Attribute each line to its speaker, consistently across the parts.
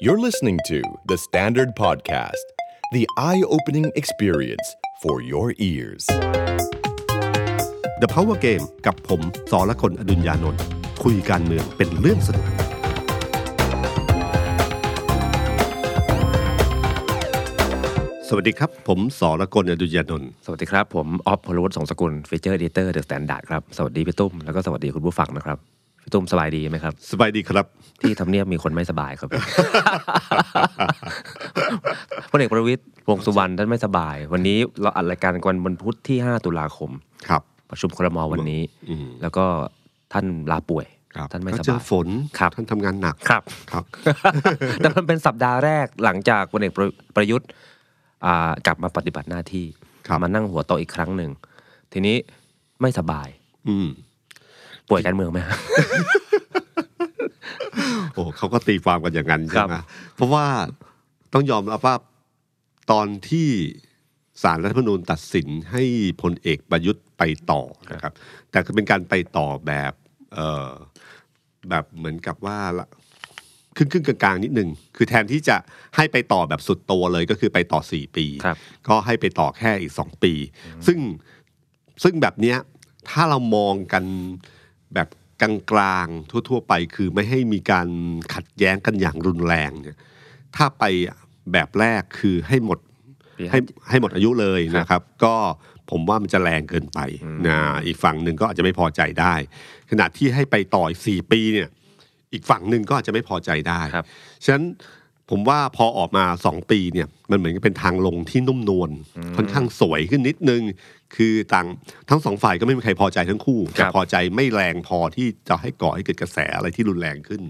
Speaker 1: You're listening to The Standard Podcast, the eye opening experience for your ears.
Speaker 2: The Power Game กับผมสอละคนอดุญญานนท์คุยการเมืองเป็นเรื่องสนุก สวัสดีครับ ผมสอละคนอดุญญานนท์
Speaker 3: สวัสดีครับ ผมออฟพลวัตสงสกุลฟีเจอร์เดเตอร์เดอะสแตนดาร์ดครับ สวัสดีพี่ตุ้ม แล้วก็สวัสดีคุณผู้ฟังนะครับ พี่ตุ้มสบายดีไหมครับ
Speaker 2: สบายดีครับ
Speaker 3: ที่ทำเนียบมีคนไม่สบายครับ พลเอกประวิตยวงษ์สุวรรณท่านไม่สบาย วันนี้เราอัดรายการกันวันพุธที่ 5 ตุลาคม
Speaker 2: ครับ
Speaker 3: ประชุมครมวันนี้ แล้วก็ท่านลาป่วย ท่านไม่ส
Speaker 2: ก็
Speaker 3: บาย
Speaker 2: เจอฝน
Speaker 3: ครับ
Speaker 2: ท่านทำงานหนัก
Speaker 3: ครับ
Speaker 2: ครับ
Speaker 3: แต่มันเป็นสัปดาห์แรกหลังจากพลเอกประประยุทธ์อ่ากลับมาปฏิบัติหน้าที่
Speaker 2: ครับ
Speaker 3: มานั่งหัวโตะอีกครั้งหนึ่ง ทีนี้ไม่สบาย
Speaker 2: อืม
Speaker 3: ป่วยการเมืองไหม ฮะ
Speaker 2: โอ้เขาก็ตีความกันอย่างนั้น
Speaker 3: ค
Speaker 2: ใช่
Speaker 3: รับ
Speaker 2: ไหมเพราะว่าต้องยอมรับว่าตอนที่สารรัฐธรรมนูญตัดสินให้พลเอกประยุทธ์ไปต่อนะครับ แต่ก็เป็นการไปต่อแบบเออแบบเหมือนกับว่าละครึ่งครึ่งๆกลางๆนิดนึง คือแทนที่จะให้ไปต่อแบบสุดตัวเลยก็คือไปต่อสี่ปี
Speaker 3: ครับ
Speaker 2: ก็ให้ไปต่อแค่อีกสองปี ซึ่ง ซึ่งแบบเนี้ยถ้าเรามองกันแบบกลางๆทั่ว ๆ ไปคือไม่ให้มีการขัดแย้งกันอย่างรุนแรงเนี่ยถ้าไปแบบแรกคือให้หมด
Speaker 3: ปี
Speaker 2: ให้
Speaker 3: ห้า
Speaker 2: ให้หมดอายุเลยนะครับ ก็ผมว่ามันจะแรงเกินไปนะอีกฝั่งหนึ่งก็อาจจะไม่พอใจได้ ขณะที่ให้ไปต่ออีกสี่ปีเนี่ยอีกฝั่งหนึ่งก็อาจจะไม่พอใจได้
Speaker 3: ครับ
Speaker 2: ฉะนั้นผมว่าพอออกมาสองปีเนี่ยมันเหมือนกับเป็นทางลงที่นุ่มนวลค่อนข้างสวยขึ้นนิดนึง คือต่างทั้งสองฝ่ายก็ไม่มีใครพอใจทั้งคู่แต่พอใจไม่แรงพอที่จะให้ก่อให้เกิดกระแสอะไรที่รุนแรงขึ้น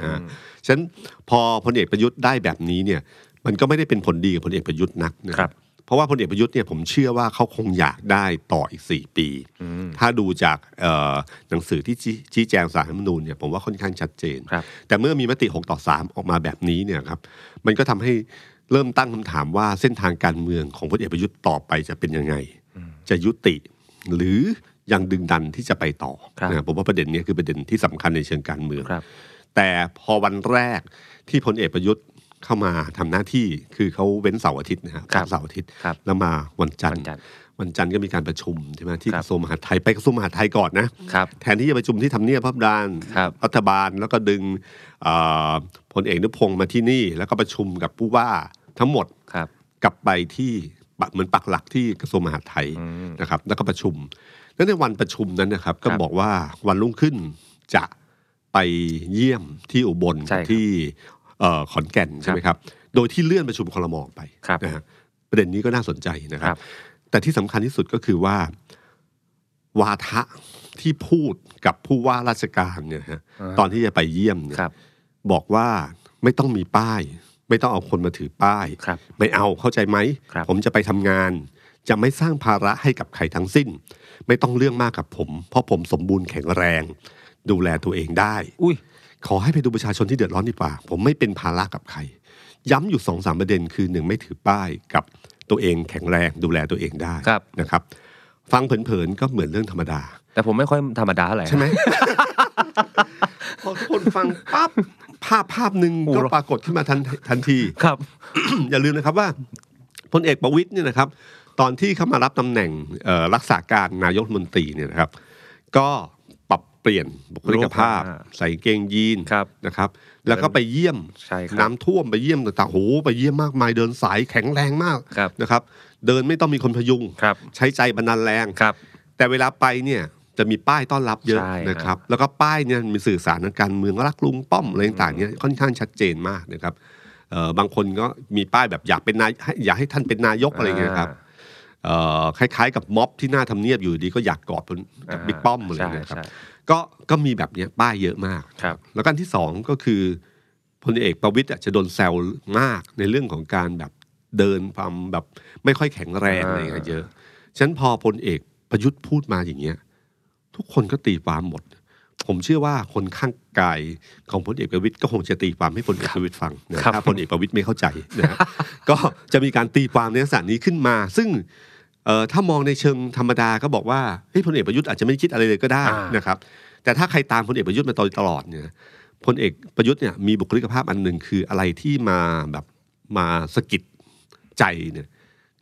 Speaker 2: นะฉะนั้นพอพลเอกประยุทธ์ได้แบบนี้เนี่ยมันก็ไม่ได้เป็นผลดีกับพลเอกประยุทธ์นักนะ
Speaker 3: ครับ
Speaker 2: เพราะว่าพลเอกประยุทธ์เนี่ยผมเชื่อว่าเขาคงอยากได้ต่ออีก 4 ปี ถ้าดูจากเอ่อหนังสือที่ชี้ชี้แจงสารรัฐธรรมนูญเนี่ยผมว่าค่อนข้างชัดเจน
Speaker 3: ครับ
Speaker 2: แต่เมื่อมีมติ 6 ต่อ 3 ออกมาแบบนี้เนี่ยครับมันก็ทำให้เริ่มตั้งคำถามว่าเส้นทางการเมืองของพลเอกประยุทธ์ต่อไปจะเป็นยังไง จะยุติ หรือยังดึงดันที่จะไปต่อ
Speaker 3: ครับ
Speaker 2: นะผมว่าประเด็นเนี้ยคือประเด็นที่สำคัญในเชิงการเมือง
Speaker 3: ครับ
Speaker 2: แต่พอวันแรกที่พลเอกประยุทธ์เข้ามาทำหน้าที่คือเขาเว้นเสาร์อาทิตย์นะครับ
Speaker 3: ครับ
Speaker 2: เสาร์อาทิตย์
Speaker 3: ครับ
Speaker 2: แล้วมาวันจันท
Speaker 3: วั
Speaker 2: ร์
Speaker 3: นจั
Speaker 2: วันจัน
Speaker 3: นทร์
Speaker 2: ทร์ก็มีการประชุมใช่ไหมที่
Speaker 3: ค
Speaker 2: ก
Speaker 3: รับ
Speaker 2: ระทรวงมหาดไทยไปกระทรวงมหาดไทยก่อนนะ
Speaker 3: ครับ
Speaker 2: แทนที่จะประชุมที่ทำเนียบพับดาน
Speaker 3: ครับ
Speaker 2: รัฐบาลแล้วก็ดึงเอ่อพลเอกนุพงศ์มาที่นี่ แล้วก็ประชุมกับผู้ว่าทั้งหมด
Speaker 3: ครับ
Speaker 2: กลับไปที่ปะเหมือนปักหลักที่กระทรวงมหาดไทยนะครับ แล้วก็ประชุมแล้วในวันประชุมนั้นนะครับ ก็
Speaker 3: ครับ
Speaker 2: บอกว่าวันรุ่งขึ้นจะไปเยี่ยมที่อุบล
Speaker 3: ใช่ครับ
Speaker 2: ที่เอ่อขอนแก่นใช่ไหมครับ โดยที่เลื่อนประชุมคลมออกไป
Speaker 3: ครับ
Speaker 2: นะฮะประเด็นนี้ก็น่าสนใจนะครั
Speaker 3: ครับ บ
Speaker 2: แต่ที่สำคัญที่สุดก็คือว่า วาทะที่พูดกับผู้ว่าราชการเนี่ยฮะ
Speaker 3: อ่า
Speaker 2: ตอนที่จะไปเยี่ยมเนี่ย
Speaker 3: ครับ
Speaker 2: บอกว่าไม่ต้องมีป้าย ไม่ต้องเอาคนมาถือป้าย
Speaker 3: ครับ
Speaker 2: ไม่เอาเข้าใจไหม
Speaker 3: ครับ
Speaker 2: ผมจะไปทำงาน จะไม่สร้างภาระให้กับใครทั้งสิ้น ไม่ต้องเรื่องมากกับผม เพราะผมสมบูรณ์แข็งแรง ดูแลตัวเองได้
Speaker 3: อุ้ย
Speaker 2: ขอให้ไปดูประชาชนที่เดือดร้อนดีกว่า ผมไม่เป็นภาระกับใคร ย้ำอยู่สองสามประเด็นคือหนึ่งไม่ถือป้ายกับตัวเองแข็งแรงดูแลตัวเองได้
Speaker 3: ครับ
Speaker 2: นะครับ ฟังเผินๆก็เหมือนเรื่องธรรมดา
Speaker 3: แต่ผมไม่ค่อยธรรมดาเท่าไหร่
Speaker 2: ใช่ไหม พอทุกคนฟังปั๊บภาพภาพหนึ่ง
Speaker 3: โอ้
Speaker 2: ก็
Speaker 3: โห
Speaker 2: ปรากฏขึ้นมาทันทันที
Speaker 3: ครับ
Speaker 2: อย่าลืมนะครับว่าพลเอกประวิตยเนี่ยนะครับ ตอนที่เข้ามารับตำแหน่งเอ่อรักษาการนายกรัฐมนตรีเนี่ยนะครับ ก็ปรับเปลี่ยนบุคลิกภาพ
Speaker 3: รูปอ่า
Speaker 2: ใส่กางเกงยีน
Speaker 3: ครับ
Speaker 2: นะครับ แล้วก็ไปเยี่ยม
Speaker 3: ใช่ครับ
Speaker 2: น้ำท่วมไปเยี่ยมต่างๆโหไปเยี่ยมมากมายเดินสายแข็งแรงมาก
Speaker 3: ครับ
Speaker 2: นะครับ เดินไม่ต้องมีคนพยุง
Speaker 3: ครับ
Speaker 2: ใช้ใจบรรณาลแรง
Speaker 3: ครับ
Speaker 2: แต่เวลาไปเนี่ยจะมีป้ายต้อนรับเยอะ
Speaker 3: ใช่ครับ
Speaker 2: นะครับ แล้วก็ป้ายเนี่ยมีสื่อสารทางการเมืองรักลุงป้อมอะไรต่างๆเนี่ยค่อนข้างชัดเจนมากนะครับเอ่อบางคนก็มีป้ายแบบอยากเป็นนายให้อยากให้ท่านเป็นนายกอะไรเงี้ยครับเอ่อคล้าย ๆ กับม็อบที่หน้าทำเนียบอยู่ดีก็อยากกอดคนกับ
Speaker 3: อ่า
Speaker 2: บิ๊กป้อมอะไรเงี้ยครับ
Speaker 3: ใช่ใช่
Speaker 2: ก็ก็มีแบบเนี้ยป้ายเยอะมาก
Speaker 3: ครับ
Speaker 2: แล้วกันที่สองก็คือพลเอกประวิตยอะจะโดนแซวมากในเรื่องของการแบบเดินความแบบไม่ค่อยแข็งแรง
Speaker 3: อ่า
Speaker 2: อะไรอย่างเงี้ยเยอะ ฉะนั้นพอพลเอกประยุทธ์พูดมาอย่างเงี้ยทุกคนก็ตีความหมด ผมเชื่อว่าคนข้างกายของพลเอกประวิตยก็คงจะตีความให้พลเอกประวิตยฟังนะถ้าพลเอกประวิตยไม่เข้าใจนะฮะ ก็จะมีการตีความในลักษณะนี้ขึ้นมา ซึ่งเอ่อถ้ามองในเชิงธรรมดาก็บอกว่าเฮ้ยพลเอกประยุทธ์อาจจะไม่ได้คิดอะไรเลยก็ได้
Speaker 3: อ่าน
Speaker 2: นะครับ แต่ถ้าใครตามพลเอกประยุทธ์มาโดยตลอดเนี่ย พลเอกประยุทธ์เนี่ยมีบุคลิกภาพอันหนึ่งคืออะไรที่มาแบบมาสะกิดใจเนี่ย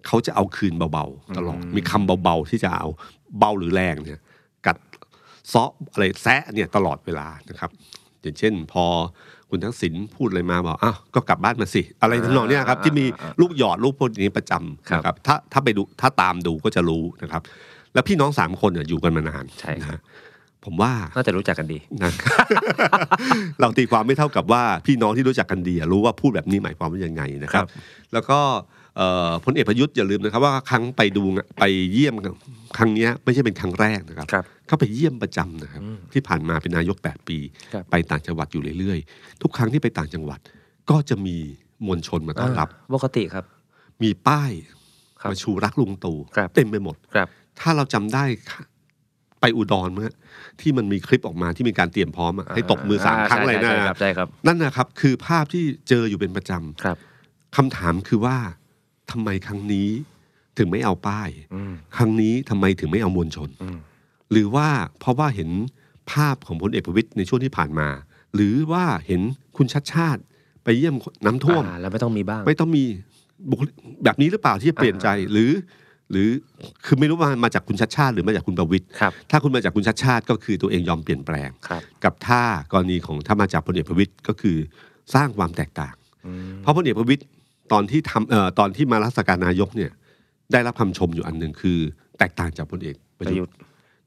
Speaker 2: เขาจะเอาคืนเบาๆตลอดมีคำเบาๆที่จะเอาเบาหรือแรงเนี่ยกัดเซาะอะไรแซะเนี่ยตลอดเวลานะครับ อย่างเช่น พอคุณทักษิณพูดอะไรมาบอกอ้าวก็กลับบ้านมาสิ อะไรทำนองเนี้ยครับ ที่มีลูกหยอดลูกพวกนี้ประจำ
Speaker 3: ครับ
Speaker 2: นะครับ ถ้าถ้าไปดูถ้าตามดูก็จะรู้นะครับ แล้วพี่น้องสามคนเนี่ยอยู่กันมานาน
Speaker 3: ใช่ครับ
Speaker 2: นะฮะผมว่า
Speaker 3: น่าจะรู้จักกันดี
Speaker 2: นะ เราตีความไม่เท่ากับว่าพี่น้องที่รู้จักกันดีอะรู้ว่าพูดแบบนี้หมายความว่ายังไงนะครับ แล้วก็เอ่อพลเอกประยุทธ์อย่าลืมนะครับ ว่าครั้งไปดูงะไปเยี่ยมครั้งเนี้ยไม่ใช่เป็นครั้งแรกนะครับ
Speaker 3: ครับ
Speaker 2: เขาไปเยี่ยมประจำนะครับ ที่ผ่านมาเป็นนายก 8 ปี
Speaker 3: ครับ
Speaker 2: ไปต่างจังหวัดอยู่เรื่อยๆ ทุกครั้งที่ไปต่างจังหวัด ก็จะมีมวลชนมาต้อนรับ
Speaker 3: อ่าปกติครับ
Speaker 2: มีป้าย
Speaker 3: ครับ
Speaker 2: มาชูรักลุงตู่
Speaker 3: ครับ
Speaker 2: เต็มไปหมด
Speaker 3: ครับ
Speaker 2: ถ้าเราจำได้ค่ะไปอุดรเมื่อที่มันมีคลิปออกมาที่มีการเตรียมพร้อมอะให้ตบมือสามครั้งอะไรนะ
Speaker 3: ใช่ครับใช่ครับ
Speaker 2: นั่นนะครับ คือภาพที่เจออยู่เป็นประจ
Speaker 3: ครับ
Speaker 2: ำคำถามคือว่าทำไมครั้งนี้ถึงไม่เอาป้าย
Speaker 3: อืม
Speaker 2: ครั้งนี้ทำไมถึงไม่เอามวลชน
Speaker 3: อืม
Speaker 2: หรือว่าเพราะว่าเห็นภาพของพลเอกประวิตยในช่วงที่ผ่านมา หรือว่าเห็นคุณชัดชาติไปเยี่ยมน้ำท่วม
Speaker 3: อ่าแล้วไม่ต้องมีบ้าง
Speaker 2: ไม่ต้องมีบุคลิกแบบนี้หรือเปล่าที่จะเปลี่ยนใจหรือ หรือคือไม่รู้ว่ามาจากคุณชัดชาติหรือมาจากคุณประวิตย
Speaker 3: ครับ
Speaker 2: ถ้าคุณมาจากคุณชัดชาติก็คือตัวเองยอมเปลี่ยนแปลง
Speaker 3: ครับ
Speaker 2: กับถ้ากรณีของถ้ามาจากพลเอกประวิตยก็คือสร้างความแตกต่าง
Speaker 3: อืม
Speaker 2: เพราะพลเอกประวิตยตอนที่ทำเอ่อตอนที่มารักษาการนายกเนี่ยได้รับคำชมอยู่อันหนึ่งคือ แตกต่างจากพลเอกประ
Speaker 3: ประยุ
Speaker 2: ยุ
Speaker 3: ท
Speaker 2: ท
Speaker 3: ธ์
Speaker 2: ธ์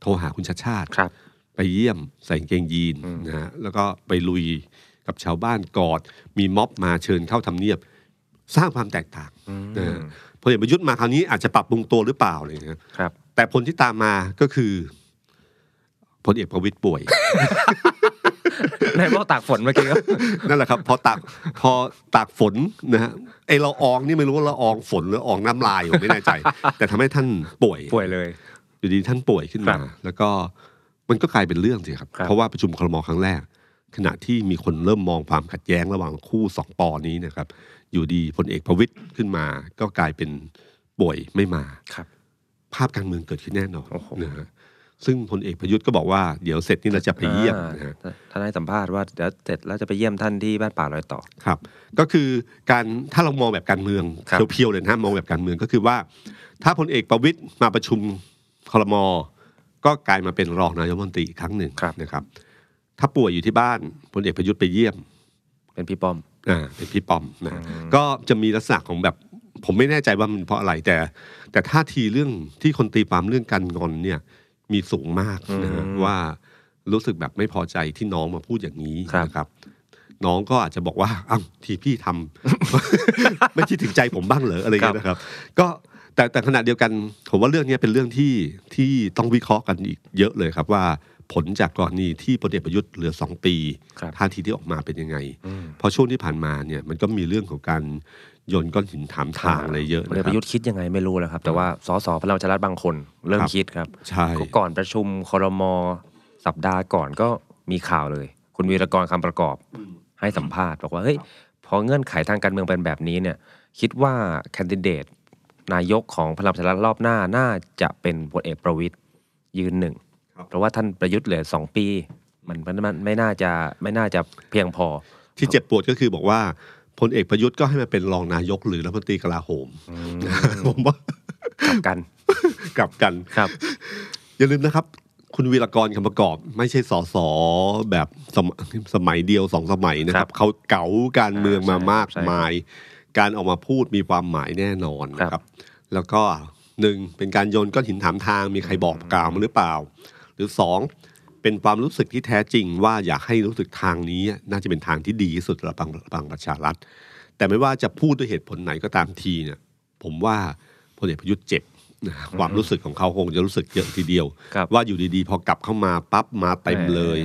Speaker 2: โทรหาคุณชัดชาติ
Speaker 3: ครับ
Speaker 2: ไปเยี่ยมใส่กางเกงยีนนะฮะแล้วก็ไปลุยกับชาวบ้านกอด มีม็อบมาเชิญเข้าทำเนียบ สร้างความแตกต่างนะฮะพลเอกประยุทธ์มาคราวนี้อาจจะปรับปรุงตัวหรือเปล่าเลยนะครับ
Speaker 3: ครับ
Speaker 2: แต่ผลที่ตามมาก็คือพลเอกประวิตยป่ วย
Speaker 3: นายบอกตากฝนเมื่อกี้ครับ
Speaker 2: นั่นแหละครับพอตากพอตากฝนนะฮะไอเราอองนี่ไม่รู้ว่าเราอองฝนหรืออองน้ำลายอยู่ไม่แน่ใจ แต่ทำให้ท่านป่วย
Speaker 3: ป่วยเลย
Speaker 2: อยู่ดีท่านป่วยขึ้นมา
Speaker 3: ครับ
Speaker 2: แล้วก็มันก็กลายเป็นเรื่องสิครับ
Speaker 3: ครับ
Speaker 2: เพราะว่าประชุมครมครั้งแรก ขณะที่มีคนเริ่มมองความขัดแย้งระหว่างคู่สองปอนี้นะครับ อยู่ดีพลเอกประวิตยขึ้นมา ก็กลายเป็นป่วยไม่มา
Speaker 3: ครับ
Speaker 2: ภาพการเมืองเกิดขึ้นแน่นอน
Speaker 3: โอ้โห
Speaker 2: นะฮะซึ่งพลเอกประยุทธ์ก็บอกว่าเดี๋ยวเสร็จนี่เราจะไปเยี่ยมนะฮะ
Speaker 3: อ่าท่านให้สัมภาษณ์ว่าเดี๋ยวเสร็จแล้วจะไปเยี่ยมท่านที่บ้านป่าลอยต่อ
Speaker 2: ครับก็คือการถ้าเรามองแบบการเมือง
Speaker 3: ครับ
Speaker 2: เพียวๆเลยนะฮะมองแบบการเมืองก็คือว่า ถ้าพลเอกประวิตยมาประชุมคลมก็กลายมาเป็นรองนายกรัฐมนตรีอีกครั้งหนึ่ง
Speaker 3: ครับ
Speaker 2: นะครับ ถ้าป่วยอยู่ที่บ้านพลเอกประยุทธ์ไปเยี่ยม
Speaker 3: เป็นพี่ป้อม
Speaker 2: อ่าเป็นพี่ปอมนะฮะก็จะมีลักษณะของแบบ ผมไม่แน่ใจว่ามันเพราะอะไรแต่ แต่ท่าทีเรื่องที่คนตีความเรื่องการงอนเนี่ยมีสูงมากนะฮะว่ารู้สึกแบบไม่พอใจที่น้องมาพูดอย่างนี้
Speaker 3: ครับ
Speaker 2: นะครับ น้องก็อาจจะบอกว่าอ้าวที่พี่ทำ ไม่คิดถึงใจผมบ้างเหรออะไรเงี้ยนะครับ ก็แต่แต่ขณะเดียวกันผมว่าเรื่องเนี้ยเป็นเรื่องที่ที่ต้องวิเคราะห์กันอีกเยอะเลยครับว่าผลจากกรณีที่พลเอกประยุทธ์เหลือสองปี
Speaker 3: ครับ
Speaker 2: ท่าทีที่ออกมาเป็นยังไงเพราะช่วงที่ผ่านมาเนี่ยมันก็มีเรื่องของการโยนก้อนหินถามทางอะไรเยอะ
Speaker 3: พลเอก
Speaker 2: นะค
Speaker 3: ป
Speaker 2: รับ
Speaker 3: ระยุทธ์คิดยังไงไม่รู้แล้วครับ แต่ว่าสสพลังประชารัฐบางคน เริ่ม
Speaker 2: ครับ
Speaker 3: คิดครับ
Speaker 2: ใช่
Speaker 3: ก็ก่อนประชุมครมสัปดาห์ก่อนก็มีข่าวเลย คุณวีรกรคำประกอบให้สัมภาษณ์บอกว่าเฮ้ยพอเงื่อนไขทางการเมืองเป็นแบบนี้เนี่ยคิดว่าแคนดิเดตนายกของพลังประชารัฐรอบหน้าน่าจะเป็นพลเอกประวิตยยืนหนึ่งเพราะว่าท่านประยุทธ์เหลือสองปี มันมันมันไม่น่าจะไม่น่าจะเพียงพอ
Speaker 2: ที่เจ็บปวดก็คือบอกว่าพลเอกประยุทธ์ก็ให้มาเป็นรองนายกหรือรัฐมนตรีกลาโหม ผมว่าก
Speaker 3: ลับกัน
Speaker 2: กลับกัน
Speaker 3: ครับ
Speaker 2: อย่าลืมนะครับ คุณวีรกรคำประกอบ ไม่ใช่สอสอแบบสมสมัยเดียวสองสมัยนะค
Speaker 3: ครั
Speaker 2: รั
Speaker 3: บบ
Speaker 2: เขาเก๋าการเมือ
Speaker 3: อ่าม
Speaker 2: งามาก
Speaker 3: ใช่ครับ
Speaker 2: มาย การออกมาพูดมีความหมายแน่นอนนะค
Speaker 3: ครั
Speaker 2: รับ บ แล้วก็หนึ่งเป็นการโยนก้อนหินถามทางมีใครบอกกล่าวมาหรือเปล่า หรือสองเป็นความรู้สึกที่แท้จริงว่าอยากให้รู้สึกทางนี้ น่าจะเป็นทางที่ดีที่สุดสำหรับพลังพลังประชารัฐ แต่ไม่ว่าจะพูดด้วยเหตุผลไหนก็ตามทีเนี่ย ผมว่าพลเอกประยุทธ์เจ็บนะความรู้สึกของเขาคงจะรู้สึกเยอะทีเดียว
Speaker 3: ครับ
Speaker 2: ว่าอยู่ดีๆ พอกลับเข้ามาปั๊บมาเต็ม
Speaker 3: เออ
Speaker 2: เลย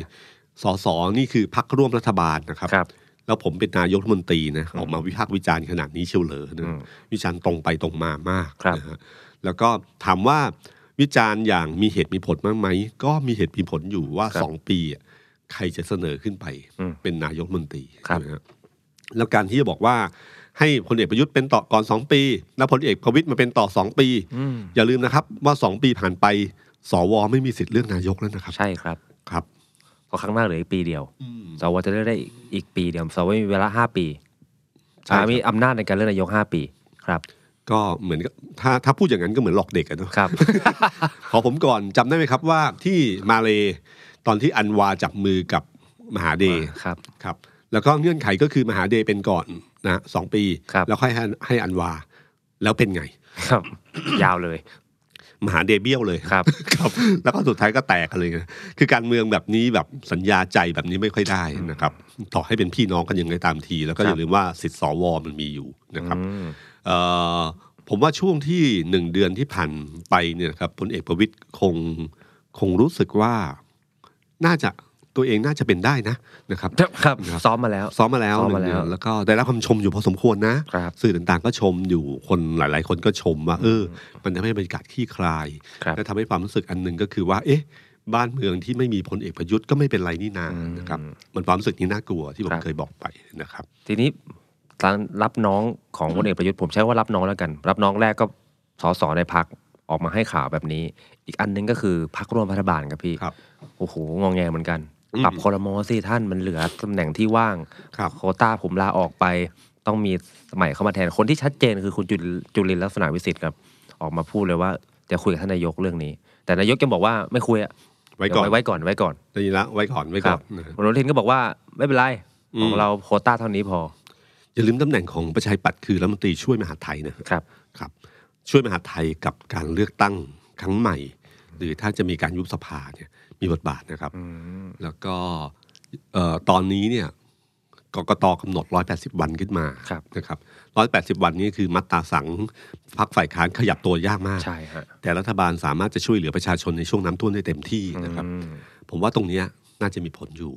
Speaker 2: สสนี่คือพักร่วมรัฐบาลนะครับ
Speaker 3: ครับ
Speaker 2: แล้วผมเป็นนายกรัฐมนตรีนะออกมาวิพากษ์วิจารณ์ขนาดนี้เชียวเหรอนะวิจารณ์ตรงไปตรงมามาก
Speaker 3: ครับ
Speaker 2: นะฮะแล้วก็ถามว่าวิจารณ์อย่างมีเหตุมีผลมากไหม ก็มีเหตุมีผลอยู่ว่า
Speaker 3: ครับ
Speaker 2: สองปีอะใครจะเสนอขึ้นไป
Speaker 3: อืม
Speaker 2: เป็นนายกรัฐมนตรี
Speaker 3: ครับ
Speaker 2: ใช่ไหมฮะแล้วการที่จะบอกว่าให้พลเอกประยุทธ์เป็นต่อก่อนสองปี แล้วพลเอกประวิตยมาเป็นต่อสองปี อย่าลืมนะครับว่าสองปีผ่านไปสวไม่มีสิทธิ์เลือกนายกแล้วนะครับ
Speaker 3: ใช่ครับ
Speaker 2: ครับ
Speaker 3: พอครั้งหน้าเหลืออีกปีเดียว
Speaker 2: อืม
Speaker 3: สวจะเลือกได้อีกปีเดียวสวมีเวลาห้าปี
Speaker 2: ใช่ครับ
Speaker 3: อ่ามีอำนาจในการเลือกนายกห้าปีครับ
Speaker 2: ก็เหมือนกับถ้าถ้าพูดอย่างนั้นก็เหมือนหลอกเด็กอะเนอะ
Speaker 3: ครับ
Speaker 2: ขอผมก่อนจำได้ไหมครับว่าที่มาเลตอนที่อันวาจับมือกับมหาเดย์
Speaker 3: ครับ
Speaker 2: ครับ แล้วก็เงื่อนไขก็คือมหาเดย์เป็นก่อนนะสองปี
Speaker 3: ครับ
Speaker 2: แล้วค่อยให้ให้อันวา แล้วเป็นไง
Speaker 3: ครับ ยาวเลย
Speaker 2: มหาเดย์เบี้ยวเลย
Speaker 3: ครับ
Speaker 2: ครับ แล้วก็สุดท้ายก็แตกกันเลยนะคือการเมืองแบบนี้แบบสัญญาใจแบบนี้ไม่ค่อยได้นะครับ ต่อให้เป็นพี่น้องกันยังไงตามที แล้วก็อย่า
Speaker 3: ครับ
Speaker 2: ลืมว่าสิทธิ์สวมันมีอยู่นะครับ
Speaker 3: อืม
Speaker 2: เอ่อผมว่าช่วงที่หนึ่งเดือนที่ผ่านไปเนี่ยนะครับพลเอกประวิตยคงคงรู้สึกว่าน่าจะตัวเองน่าจะเป็นได้นะนะครับ
Speaker 3: ครับ
Speaker 2: ครับ
Speaker 3: ซ้อมมาแล้ว
Speaker 2: ซ้อมมาแล้ว
Speaker 3: ซ้อม
Speaker 2: หนึ่
Speaker 3: มาง แล้ว
Speaker 2: เดือนแล้วก็ได้รับคำชมอยู่พอสมควรนะครับ สื่อต่างๆก็ชมอยู่คนหลาย ๆ คนก็ชมว่าเออ มันทำให้บรรยากาศขี้คลาย
Speaker 3: ครับ
Speaker 2: และทำให้ความรู้สึกอันหนึงก็คือว่า เอ๊ะ บ้านเมืองที่ไม่มีพลเอกประยุทธ์ก็ไม่เป็นไรนี่นานะครับ มันความรู้สึกนี้น่ากลัวที่ผมเคยบอกไปนะครับ
Speaker 3: ทีนี้ทางรับน้องของพลเอกประยุทธ์ผมใช้ว่ารับน้องแล้วกัน รับน้องแรกก็สสในพักออกมาให้ข่าวแบบนี้ อีกอันหนึงก็คือพักร่วมรัฐบาลครับพี่
Speaker 2: ครับ
Speaker 3: โอ้โหงองแงเหมือนกัน ปรับคอรมอสิท่านมันเหลือตำแหน่งที่ว่าง
Speaker 2: ครับ
Speaker 3: โควต้าผมลาออกไป ต้องมีสมัยเข้ามาแทนคนที่ชัดเจนคือคุณจุลจุลินลักษณะวิสิทธิ์ครับ ออกมาพูดเลยว่าจะคุยกับท่านนายกเรื่องนี้ แต่นายกยังบอกว่าไม่คุยอะ
Speaker 2: ไว้ก่อน
Speaker 3: เดี๋ยไว้ก่อนไว้ก่อน
Speaker 2: ได้ยินละไว้ก่อนไว้
Speaker 3: ค
Speaker 2: ก่
Speaker 3: รั
Speaker 2: อบ นนะฮะ
Speaker 3: คุณอนุทินก็บอกว่าไม่เป็นไร
Speaker 2: อืม
Speaker 3: ของเราโควต้าเท่านี้พอ
Speaker 2: อย่าลืมตำแหน่งของประชาธิปัตย์คือรัฐมนตรีช่วยมหาดไทยนะฮะ
Speaker 3: ครับ
Speaker 2: ครับ ช่วยมหาดไทยกับการเลือกตั้งครั้งใหม่ หรือถ้าจะมีการยุบสภาเนี่ยมีบทบาทนะครับ แล้วก็เอ่อตอนนี้เนี่ยกกตกำหนด 180 วันขึ้นมา
Speaker 3: ครับ
Speaker 2: นะครับ 180 วันนี้คือมัตตราสังพักฝ่ายค้านขยับตัวยากมาก
Speaker 3: ใช่ฮะ
Speaker 2: แต่รัฐบาลสามารถจะช่วยเหลือประชาชนในช่วงน้ำท่วมได้เต็มที่นะครับ
Speaker 3: อืม
Speaker 2: ผมว่าตรงเนี้ยน่าจะมีผลอยู่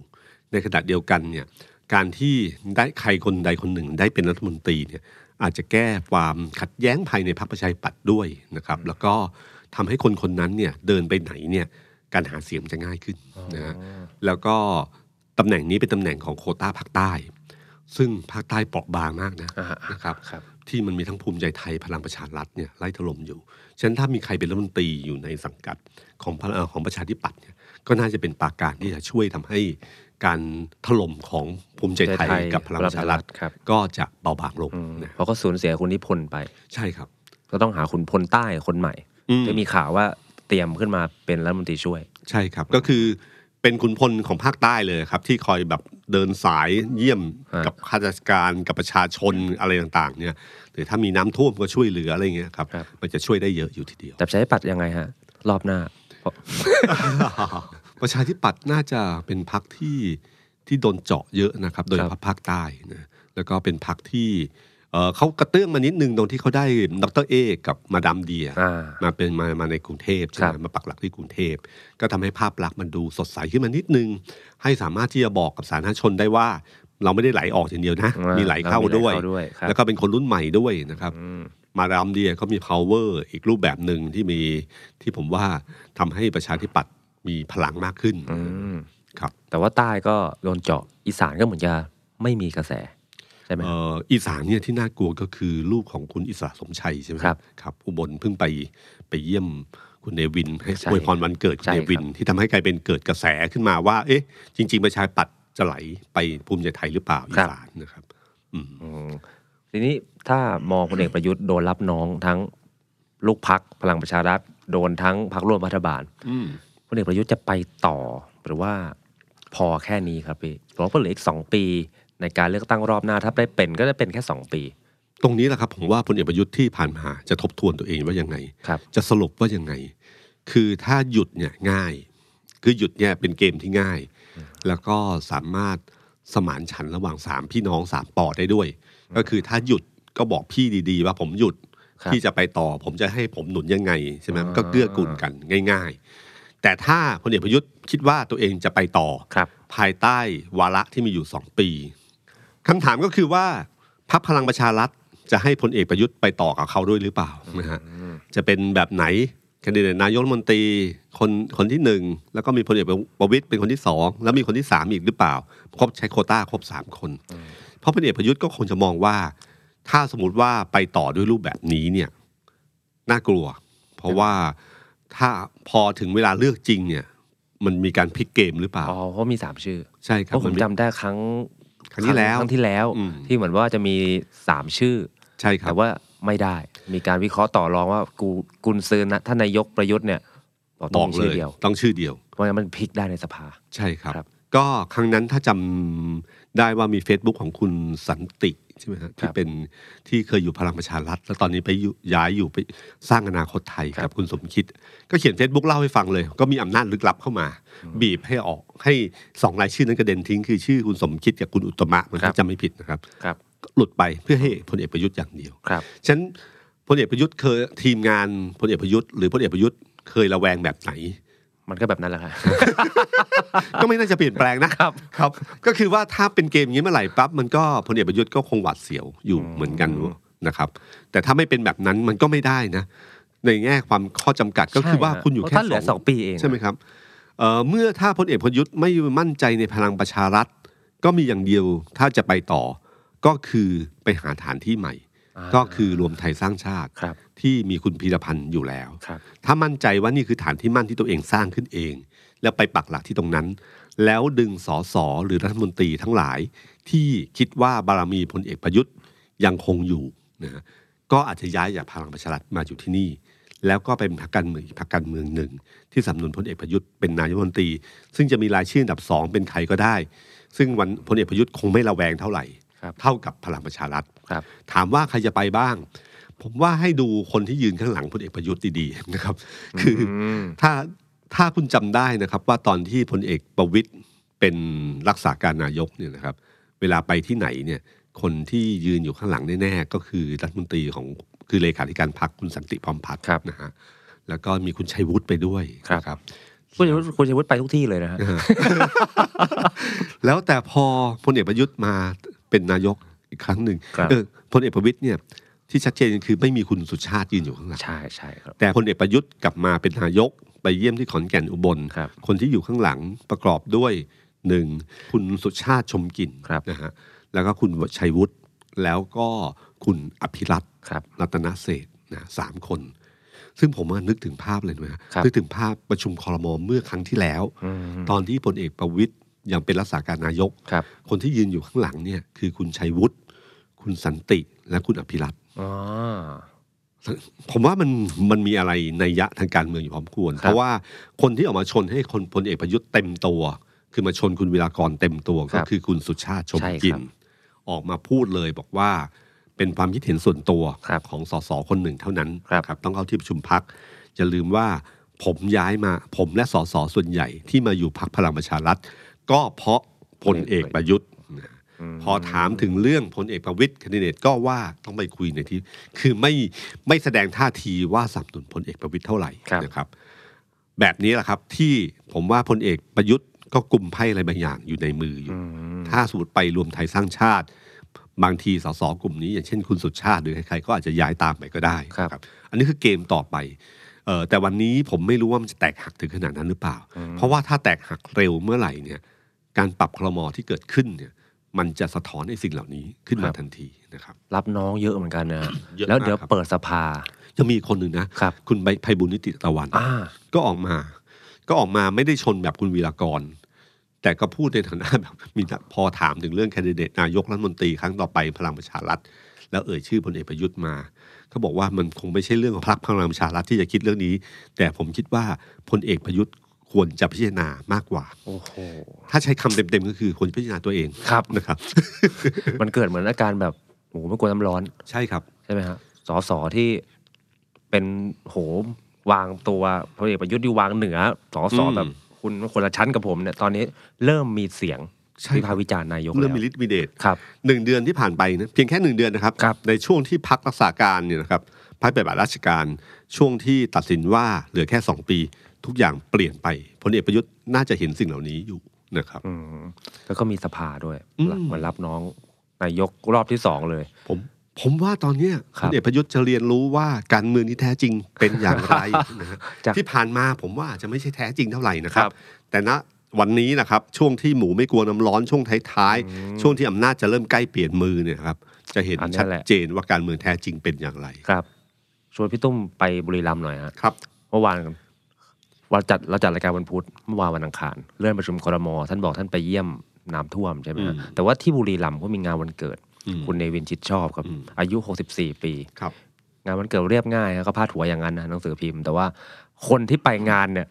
Speaker 2: ในขณะเดียวกันเนี่ยการที่ได้ใครคนใดคนหนึ่งได้เป็นรัฐมนตรีเนี่ยอาจจะแก้ความขัดแย้งภายในพรรคประชาธิปัตย์ด้วยนะครับ แล้วก็ทำให้คนคนนั้นเนี่ยเดินไปไหนเนี่ยการหาเสียงจะง่ายขึ้นนะฮะแล้วก็ตำแหน่งนี้เป็นตำแหน่งของโควต้าภาคใต้ ซึ่งภาคใต้เปราะบางมากนะ
Speaker 3: อ่าฮะ
Speaker 2: นะครับ
Speaker 3: ครับ
Speaker 2: ที่มันมีทั้งภูมิใจไทยพลังประชารัฐเนี่ยไล่ถล่มอยู่ฉะนั้นถ้ามีใครเป็นรัฐมนตรีอยู่ในสังกัดของพลังเอ่อของประชาธิปัตย์เนี่ยก็น่าจะเป็นปราการที่จะช่วยทำให้การถล่มของภูมิใจไทยกับพลังประชารัฐ
Speaker 3: ครับ
Speaker 2: ก็จะเบาบางลง
Speaker 3: อืม
Speaker 2: นะ
Speaker 3: เพราะก็สูญเสียคุณนิพนธ์ไป
Speaker 2: ใช่ครับ
Speaker 3: ก็ต้องหาคุณพลใต้คนใหม่
Speaker 2: อืม
Speaker 3: จะมีข่าวว่าเตรียมขึ้นมาเป็นรัฐมนตรีช่วย
Speaker 2: ใช่ครับก็คือเป็นขุนพลของภาคใต้เลยครับ ที่คอยแบบเดินสายเยี่ยม
Speaker 3: ฮะ
Speaker 2: กับข้าราชการกับประชาชนอะไรต่างๆเนี่ยหรือถ้ามีน้ำท่วมก็ช่วยเหลืออะไรเงี้ยครับมันจะช่วยได้เยอะอยู่ทีเดียว
Speaker 3: แต่ใช้ปัดยังไงฮะ รอบหน้าเพราะ
Speaker 2: ประชาธิปัตย์น่าจะเป็นพรรคที่ที่โดนเจาะเยอะนะครับ โดยเฉพาะภาคใต้นะแล้วก็เป็นพรรคที่เอ่อเขากระเตื้องมานิดนึงตรงที่เขาได้ดรเอกับมาดามเดีย
Speaker 3: อ่า
Speaker 2: มาเป็นมามาในกรุงเทพใช่ไห
Speaker 3: ครั
Speaker 2: ม
Speaker 3: บ
Speaker 2: มาปักหลักที่กรุงเทพ ก็ทำให้ภาพลักษณ์มันดูสดใสขึ้นมานิดนึง ให้สามารถที่จะบอกกับสาธารณชนได้ว่า เราไม่ได้ไหลออกอย่างเดียวนะ
Speaker 3: อ่ามี
Speaker 2: มีไหลเข้า
Speaker 3: เรามี
Speaker 2: ด้ว
Speaker 3: ไหล
Speaker 2: ย
Speaker 3: เข้าด้วยครับ
Speaker 2: แล้วก็เป็นคนรุ่นใหม่ด้วยนะครับ มาดามเดียก็มี power อีกรูปแบบหนึ่งที่มีที่ผมว่าทำให้ประชาธิปัตย์มีพลังมากขึ้นครับ
Speaker 3: แต่ว่าใต้ก็โดนเจาะอีสานก็เหมือนจะไม่มีกระแส ใช่ไหม
Speaker 2: เอ่ออีสานเนี่ยที่น่ากลัวก็คือลูกของคุณอิสระสมชัยใช่ไหม
Speaker 3: ครับ
Speaker 2: ครับอุบลเพิ่งไปไปเยี่ยมคุณเนวินให้
Speaker 3: ใช่
Speaker 2: อวยพรวันเกิดคุ
Speaker 3: ใช่
Speaker 2: ณเนวิน
Speaker 3: ครับ
Speaker 2: ที่ทำให้กลายเป็นเกิดกระแสขึ้นมาว่า เอ๊ะ จริง ๆ ประชาธิปัตย์จะไหลไปภูมิใจไทยหรือเปล่าอีสานนะครับ
Speaker 3: อืมทีนี้ถ้ามองพลเอกประยุทธ์โดนรับน้องทั้งลูกพักพลังประชารัฐโดนทั้งพักร่วมรัฐบาลพลเอกประยุทธ์จะไปต่อหรือว่าพอแค่นี้ครับพี่เพราะว่าเหลืออีกสองปี ในการเลือกตั้งรอบหน้าถ้าได้เป็นก็จะเป็นแค่สองปี
Speaker 2: ตรงนี้แหละครับผมว่าพลเอกประยุทธ์ที่ผ่านมาจะทบทวนตัวเองว่ายังไง
Speaker 3: ครับ
Speaker 2: จะสรุปว่ายังไง คือถ้าหยุดเนี่ยง่าย คือหยุดเนี่ยเป็นเกมที่ง่าย แล้วก็สามารถสมานฉันท์ระหว่างสามพี่น้องสามปอได้ด้วย ก็คือถ้าหยุดก็บอกพี่ดีๆ ว่าผมหยุด
Speaker 3: ครับ
Speaker 2: ที่จะไปต่อ ผมจะให้ผมหนุนยังไงใช่ไหมก็เกื้อกูลกันง่าย ๆ แต่ถ้าพลเอกประยุทธ์คิดว่าตัวเองจะไปต่อ
Speaker 3: ครับ
Speaker 2: ภายใต้วาระที่มีอยู่สองปีคำถามก็คือว่าพักพลังประชารัฐจะให้พลเอกประยุทธ์ไปต่อกับเขาด้วยหรือเปล่านะฮะจะเป็นแบบไหนแคนดิเดตนายกรัฐมนตรีคนคนที่หนึ่งแล้วก็มีพลเอกประวิตยเป็นคนที่สองแล้วมีคนที่สามอีกหรือเปล่า ครบใช้โควต้าครบสามคน เพราะพลเอกประยุทธ์ก็คงจะมองว่า ถ้าสมมติว่าไปต่อด้วยรูปแบบนี้เนี่ยน่ากลัว เพราะว่าถ้าพอถึงเวลาเลือกจริงเนี่ย มันมีการพลิกเกมหรือเปล่า
Speaker 3: อ๋อเพราะมีสามชื่อ
Speaker 2: ใช่ค
Speaker 3: เพ
Speaker 2: รับ
Speaker 3: ราะผม
Speaker 2: น
Speaker 3: จำได้ครั้ง
Speaker 2: ครั้งที่แล้ว
Speaker 3: ครั้งที่แล้ว
Speaker 2: อืม
Speaker 3: ที่เหมือนว่าจะมีสามชื่อ
Speaker 2: ใช่ครับ
Speaker 3: แต่ว่าไม่ได้มีการวิเคราะห์ต่อรองว่ากูกุนซือนะท่านนายกประยุทธ์เนี่ยบอกต้
Speaker 2: บ
Speaker 3: อง
Speaker 2: อก
Speaker 3: มี
Speaker 2: เล
Speaker 3: ชื่อย เดียว
Speaker 2: ต้องชื่อเดียว
Speaker 3: เพราะงั้นมันพลิกได้ในสภา
Speaker 2: ใช่ครับ
Speaker 3: ครับ
Speaker 2: ก็ครั้งนั้นถ้าจำได้ว่ามี Facebook ของคุณสันติใช่ไหมฮะที่เป็นที่เคยอยู่พลังประชารัฐ แล้วตอนนี้ไปอยู่ย้ายอยู่ไปสร้างอนาคตไทยกับคุณสมคิด ก็เขียน Facebook เล่าให้ฟังเลย ก็มีอำนาจลึกลับเข้ามา บีบให้ออกให้สองรายชื่อนั้นกระเด็นทิ้งคือชื่อคุณสมคิดกับคุณอุตตมะมัน
Speaker 3: ครั
Speaker 2: ถ้า
Speaker 3: บ
Speaker 2: จำไม่ผิดนะครับ
Speaker 3: ครับ
Speaker 2: ก็หลุดไปเพื่อให้พลเอกประยุทธ์อย่างเดียว
Speaker 3: ครับ
Speaker 2: ฉะนันพลเอกประยุทธ์เคยทีมงานพลเอกประยุทธ์หรือพลเอกประยุทธ์เคยระแวงแบบไหน
Speaker 3: มันก็แบบนั้นแหละครับ
Speaker 2: ก็ไม่น่าจะเปลี่ยนแปลงนะครับ ครับ ก็คือว่าถ้าเป็นเกมอย่างนี้เมื่อไหร่ปั๊บมันก็พลเอกประยุทธ์ก็คงหวาดเสียวอยู่เหมือนกันนะครับ แต่ถ้าไม่เป็นแบบนั้นมันก็ไม่ได้นะ ในแง่ความข้อจำกัดก็คือว่าคุณอยู่แค่
Speaker 3: ท่านเหลือสองปีเอง
Speaker 2: ใช่ไหมครับเอ่อเมื่อถ้าพลเอกประยุทธ์ไม่มั่นใจในพลังประชารัฐ ก็มีอย่างเดียวถ้าจะไปต่อ ก็คือไปหาฐานที่ใหม่
Speaker 3: า
Speaker 2: ก็คือรวมไทยสร้างชาติ
Speaker 3: ครับ
Speaker 2: ที่มีคุณพีรพันธ์อยู่แล้ว
Speaker 3: ครับ
Speaker 2: ถ้ามั่นใจว่านี่คือฐานที่มั่นที่ตัวเองสร้างขึ้นเอง แล้วไปปักหลักที่ตรงนั้น แล้วดึงสอสอหรือรัฐมนตรีทั้งหลาย ที่คิดว่าบารมีพลเอกประยุทธ์ยังคงอยู่นะฮะก็อาจจะย้ายจากพลังประชารัฐมาอยู่ที่นี่ แล้วก็เป็นพรรคการเมืองอีกพรรคการเมืองหนึ่ง ที่สนับสนุนพลเอกประยุทธ์เป็นนายกรัฐมนตรี ซึ่งจะมีรายชื่ออันดับสองเป็นใครก็ได้ ซึ่งวันพลเอกประยุทธ์คงไม่ระแวงเท่าไหร่
Speaker 3: ครับ
Speaker 2: เท่ากับพลังประชารัฐ
Speaker 3: ครับ
Speaker 2: ถามว่าใครจะไปบ้าง ผมว่าให้ดูคนที่ยืนข้างหลังพลเอกประยุทธ์ดีๆนะครับ คืออ
Speaker 3: ม
Speaker 2: ถ้าถ้าคุณจำได้นะครับ ว่าตอนที่พลเอกประวิตยเป็นรักษาการนายกเนี่ยนะครับ เวลาไปที่ไหนเนี่ย คนที่ยืนอยู่ข้างหลังแน่ๆก็คือรัฐมนตรีของคือเลขาธิการพรรคคุณสันติพร้อมพัฒน์
Speaker 3: ครับ
Speaker 2: นะฮะแล้วก็มีคุณชัยวุฒิไปด้วย
Speaker 3: ครับ
Speaker 2: นะ
Speaker 3: คุณชัยวุฒิคุณชัยวุฒิไปทุกที่เลยนะฮะ
Speaker 2: แล้วแต่พอพลเอกประยุทธ์มาเป็นนายกอีกครั้งหนึ่ง
Speaker 3: ครับ
Speaker 2: เออพลเอกประวิตยเนี่ยที่ชัดเจนคือไม่มีคุณสุชาติยืนอยู่ข้างหลัง
Speaker 3: ใช่ใช่ครับ
Speaker 2: แต่พลเอกประยุทธ์กลับมาเป็นนายกไปเยี่ยมที่ขอนแก่นอุบล
Speaker 3: ครับ
Speaker 2: นที่อยู่ข้างหลังประกอบด้วยหนึ่งคุณสุชาติชมกลิ่น
Speaker 3: ครับ
Speaker 2: นะฮะแล้วก็คุณชัยวุฒิแล้วก็คุณอภิรัตน์
Speaker 3: ครับ
Speaker 2: รัตนเศรษฐ์นะสามคน ซึ่งผมอะนึกถึงภาพเลยนะฮะ
Speaker 3: ครับ
Speaker 2: นึกถึงภาพประชุมคอรมอเมื่อครั้งที่แล้ว
Speaker 3: อืม
Speaker 2: ตอนที่พลเอกประวิตยยังเป็นรักษาการนายก
Speaker 3: ครับ
Speaker 2: คนที่ยืนอยู่ข้างหลังเนี่ยคือคุณชัยวุฒิคุณสันติและคุณอภิรัตน์
Speaker 3: อ๋อ
Speaker 2: ผมว่ามันมันมีอะไรในยยะทางการเมืองอยู่พอสมควร
Speaker 3: ครับ
Speaker 2: เพราะว่าคนที่ออกมาชนให้คนพลเอกประยุทธ์เต็มตัว คือมาชนคุณวิรากรเต็มตัวก็คือคุณสุชาติชมกลินออกมาพูดเลยบอกว่าเป็นความคิดเห็นส่วนตัว
Speaker 3: ครับ
Speaker 2: ของสสคนหนึ่งเท่านั้น
Speaker 3: ครับ
Speaker 2: ครับต้องเข้าที่ประชุมพักอย่าลืมว่าผมย้ายมาผมและสสส่วนใหญ่ที่มาอยู่พักพลังประชารัฐ ก็เพราะพลเอกประยุทธ์นะ
Speaker 3: อืม
Speaker 2: พอถามถึงเรื่องพลเอกประวิตยแคนดิเดตก็ว่าต้องไปคุยในที่ คือไม่ไม่แสดงท่าทีว่าสนับสนุนพลเอกประวิตยเท่าไหร่
Speaker 3: ครับ
Speaker 2: นะครับ แบบนี้แหละครับที่ผมว่าพลเอกประยุทธ์ก็กลุ่มไพ่อะไรบางอย่างอยู่ในมืออยู่
Speaker 3: อืม
Speaker 2: ถ้าสมมติไปรวมไทยสร้างชาติ บางทีสสกลุ่มนี้ อย่างเช่นคุณสุชาติหรือใครๆก็อาจจะย้ายตามไปก็ได้
Speaker 3: ครับ
Speaker 2: อันนี้คือเกมต่อไปเออแต่วันนี้ผมไม่รู้ว่ามันจะแตกหักถึงขนาดนั้นหรือเปล่า
Speaker 3: อืม
Speaker 2: เพราะว่าถ้าแตกหักเร็วเมื่อไหร่เนี่ย การปรับคลมอที่เกิดขึ้นเนี่ย มันจะสะท้อนไอ้สิ่งเหล่านี้ขึ้นมาทันทีนะครับ
Speaker 3: รับน้องเยอะเหมือนกันนะฮะ
Speaker 2: เยอะมาก
Speaker 3: แล้วเดี๋ยว
Speaker 2: ครับ
Speaker 3: เปิดสภา
Speaker 2: ยังมีอีกคนหนึ่งนะครับ คุณไพบุญนิติตะวัน
Speaker 3: อ่า
Speaker 2: ก็ออกมา ก็ออกมาไม่ได้ชนแบบคุณวีรากร แต่ก็พูดในฐานะแบบมีนักพอถามถึงเรื่องแคนดิเดตนายกรัฐมนตรีครั้งต่อไปพลังประชารัฐ แล้วเอ่ยชื่อพลเอกประยุทธ์มา ก็บอกว่ามันคงไม่ใช่เรื่องของพรรคพลังประชารัฐที่จะคิดเรื่องนี้ แต่ผมคิดว่าพลเอกประยุทธ์ควรจะพิจารณามากกว่า
Speaker 3: โอ้โห
Speaker 2: ถ้าใช้คำเต็มๆก็คือควรพิจารณาตัวเอง
Speaker 3: ครับ
Speaker 2: นะครับ
Speaker 3: มันเกิดเหมือนอาการแบบโอ้โหไม่กลัวน้ำร้อน
Speaker 2: ใช่ครับ
Speaker 3: ใช่ไหมฮะสอสอที่เป็นโหวางตัวพลเอกประยุทธ์ที่วางเหนือสอสอ
Speaker 2: อืม
Speaker 3: แบบคุณคนละชั้นกับผมเนี่ยตอนนี้เริ่มมีเสียง
Speaker 2: ใช่
Speaker 3: วิพากษ์วิจารณ์นายก
Speaker 2: เรื่
Speaker 3: แล้
Speaker 2: อง
Speaker 3: ว
Speaker 2: มีฤทธิ์มีเดช
Speaker 3: ครับ
Speaker 2: หนึ่งเดือนที่ผ่านไปนะเพียงแค่หนึ่งเดือนนะครับ
Speaker 3: ครับ
Speaker 2: ในช่วงที่พักรักษาการเนี่ยนะครับพักปฏิบัติราชการช่วงที่ตัดสินว่าเหลือแค่ 2 ปี ทุกอย่างเปลี่ยนไปพลเอกประยุทธ์น่าจะเห็นสิ่งเหล่านี้อยู่นะครับ
Speaker 3: อืมแล้วก็มีสภาด้วย
Speaker 2: อืม
Speaker 3: เหมือนรับน้องนายกรอบที่สองเลย
Speaker 2: ผมผมว่าตอนเนี้ย
Speaker 3: ค
Speaker 2: พ
Speaker 3: รับ
Speaker 2: ลเอกประยุทธ์จะเรียนรู้ว่าการเมืองที่แท้จริงเป็นอย่างไรนะฮะ
Speaker 3: จาก
Speaker 2: ที่ผ่านมาผมว่าอาจจะไม่ใช่แท้จริงเท่าไหร่นะครับ
Speaker 3: ครับ
Speaker 2: แต่ณวันนี้นะครับช่วงที่หมูไม่กลัวน้ำร้อนช่วงท้ายๆช่วงที่อำนาจจะเริ่มใกล้เปลี่ยนมือเนี่ยครับจะเห็น
Speaker 3: อันนั้
Speaker 2: ชัด
Speaker 3: นแหละ
Speaker 2: เจนว่าการเมืองแท้จริงเป็นอย่างไร
Speaker 3: ครับ ชวนพี่ตุ้มไปบุรีรัมย์หน่อยฮะ
Speaker 2: ครับ
Speaker 3: เมื่อวาน เราจัดเราจัดรายการวันพุธเมื่อวานวันอังคาร เลื่อนประชุมครมท่านบอกท่านไปเยี่ยมน้ำท่วมใช่ไหมฮะ
Speaker 2: อืม
Speaker 3: แต่ว่าที่บุรีรัมย์ก็มีงานวันเกิด
Speaker 2: อืม
Speaker 3: คุณเนวินชิดชอบครับ
Speaker 2: อืม
Speaker 3: อายุ 64 ปี
Speaker 2: ครับ
Speaker 3: งานวันเกิดเรียบง่ายครับก็พาดหัวอย่างนั้นนะหนังสือพิมพ์ แต่ว่าคนที่ไปงานเนี่ย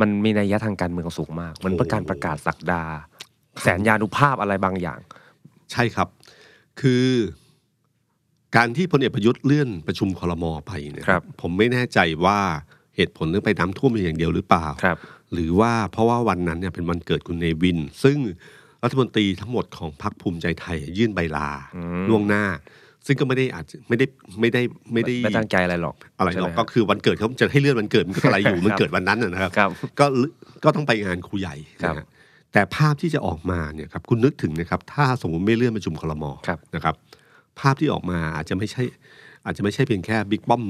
Speaker 3: มันมีนัยยะทางการเมืองสูงมาก มันเป็นการประกาศสักดา แสนยานุภาพอะไรบางอย่าง
Speaker 2: ใช่ครับ คือ การที่พลเอกประยุทธ์เลื่อนประชุมคลมไปเนี่ย
Speaker 3: ครับ
Speaker 2: ผมไม่แน่ใจว่าเหตุผลเรื่องไปน้ำท่วมเป็นอย่างเดียวหรือเปล่า
Speaker 3: ครับ
Speaker 2: หรือว่าเพราะว่าวันนั้นเนี่ยเป็นวันเกิดคุณเนวิน ซึ่งรัฐมนตรีทั้งหมดของพรรคภูมิใจไทยยื่นใบลา
Speaker 3: อืม
Speaker 2: ล่วงหน้า ซึ่งก็ไม่ได้อาจจะไม่ได้ไม่ได้ไม่ได้
Speaker 3: ไม่ตั้งใจอะไรหรอก
Speaker 2: อะไรหร
Speaker 3: ใช่
Speaker 2: อก
Speaker 3: ม
Speaker 2: ก็คือวันเกิดเขาจะให้เลื่อนวันเกิดมันก็อะไร อยู่ มันเกิดวันนั้นนะนะครับ
Speaker 3: ครับ
Speaker 2: ก็ลึก็ต้องไปงานครูใหญ่นะ
Speaker 3: ครั
Speaker 2: ฮะ
Speaker 3: บ
Speaker 2: แต่ภาพที่จะออกมาเนี่ยครับคุณนึกถึงนะครับ ถ้าสมมติไม่เลื่อนประชุมคลม
Speaker 3: ครับ
Speaker 2: นะครับ ภาพที่ออกมาอาจจะไม่ใช่ อาจจะไม่ใช่เพียงแค่บิ๊กป้อม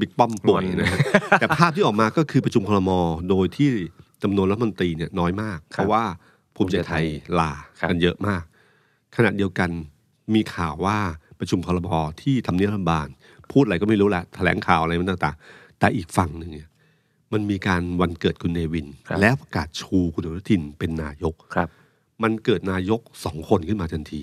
Speaker 2: บิ๊กป้อมป่วย
Speaker 3: งอน
Speaker 2: นะฮะแต่ภาพที่ออกมาก็คือประชุมคลมโดยที่จำนวนรัฐมนตรีเนี่ยน้อยมาก เพราะว่าภูมิใจไทยลา
Speaker 3: ครับ
Speaker 2: กันเยอะมาก ขณะเดียวกันมีข่าวว่าประชุมคลมที่ทำเนียบรัฐบาล พูดอะไรก็ไม่รู้แหละแถลงข่าวอะไรมันต่างๆ แต่อีกฝั่งหนึ่งเนี่ย มันมีการวันเกิดคุณเนวิน
Speaker 3: ครับ
Speaker 2: และประกาศชูคุณอนุทินเป็นนายก
Speaker 3: ครับ
Speaker 2: มันเกิดนายกสองคนขึ้นมาทันที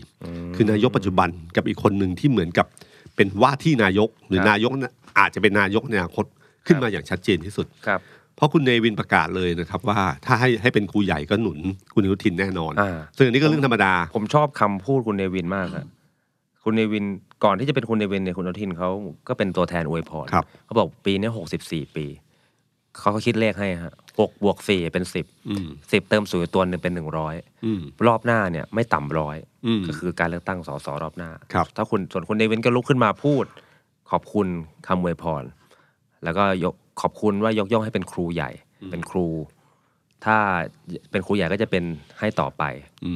Speaker 2: คือนายกปัจจุบันกับอีกคนหนึ่งที่เหมือนกับเป็นว่าที่นายก หรือ
Speaker 3: ครับ
Speaker 2: นายกน่ะอาจจะเป็นนายกในอนาคตขึ้น
Speaker 3: ครับ
Speaker 2: มาอย่างชัดเจนที่สุด
Speaker 3: ครับ
Speaker 2: เพราะคุณเนวินประกาศเลยนะครับ ว่าถ้าให้ให้เป็นครูใหญ่ก็หนุนคุณอนุทินแน่นอน
Speaker 3: อ่า
Speaker 2: ซึ่งอันนี้ก็เรื่องธรรมดา
Speaker 3: ผมชอบคำพูดคุณเนวินมากอะคุณเนวินก่อนที่จะเป็นคุณเนวินเนี่ยคุณอนุทินเขาก็เป็นตัวแทนอวยพร
Speaker 2: ครับ
Speaker 3: เขาบอกปีเนี้หกสิบสี่ปี เขาก็คิดเลขให้ฮะหกบวกสี่เป็นสิบ
Speaker 2: อืม
Speaker 3: สิบเติมศูนย์ตัวหนึ่งเป็นหนึ่งร้อย
Speaker 2: อืม
Speaker 3: รอบหน้าเนี่ยไม่ต่ำร้อย
Speaker 2: อืม
Speaker 3: ก็คือการเลือกตั้งสสรอบหน้า
Speaker 2: ครับ
Speaker 3: ถ้าคุณส่วนคุณเนวินก็ลุกขึ้นมาพูด ขอบคุณคำอวยพร แล้วก็ยกขอบคุณว่ายกย่องให้เป็นครูใหญ่ เป็นครู ถ้าเป็นครูใหญ่ก็จะเป็นให้ต่อไป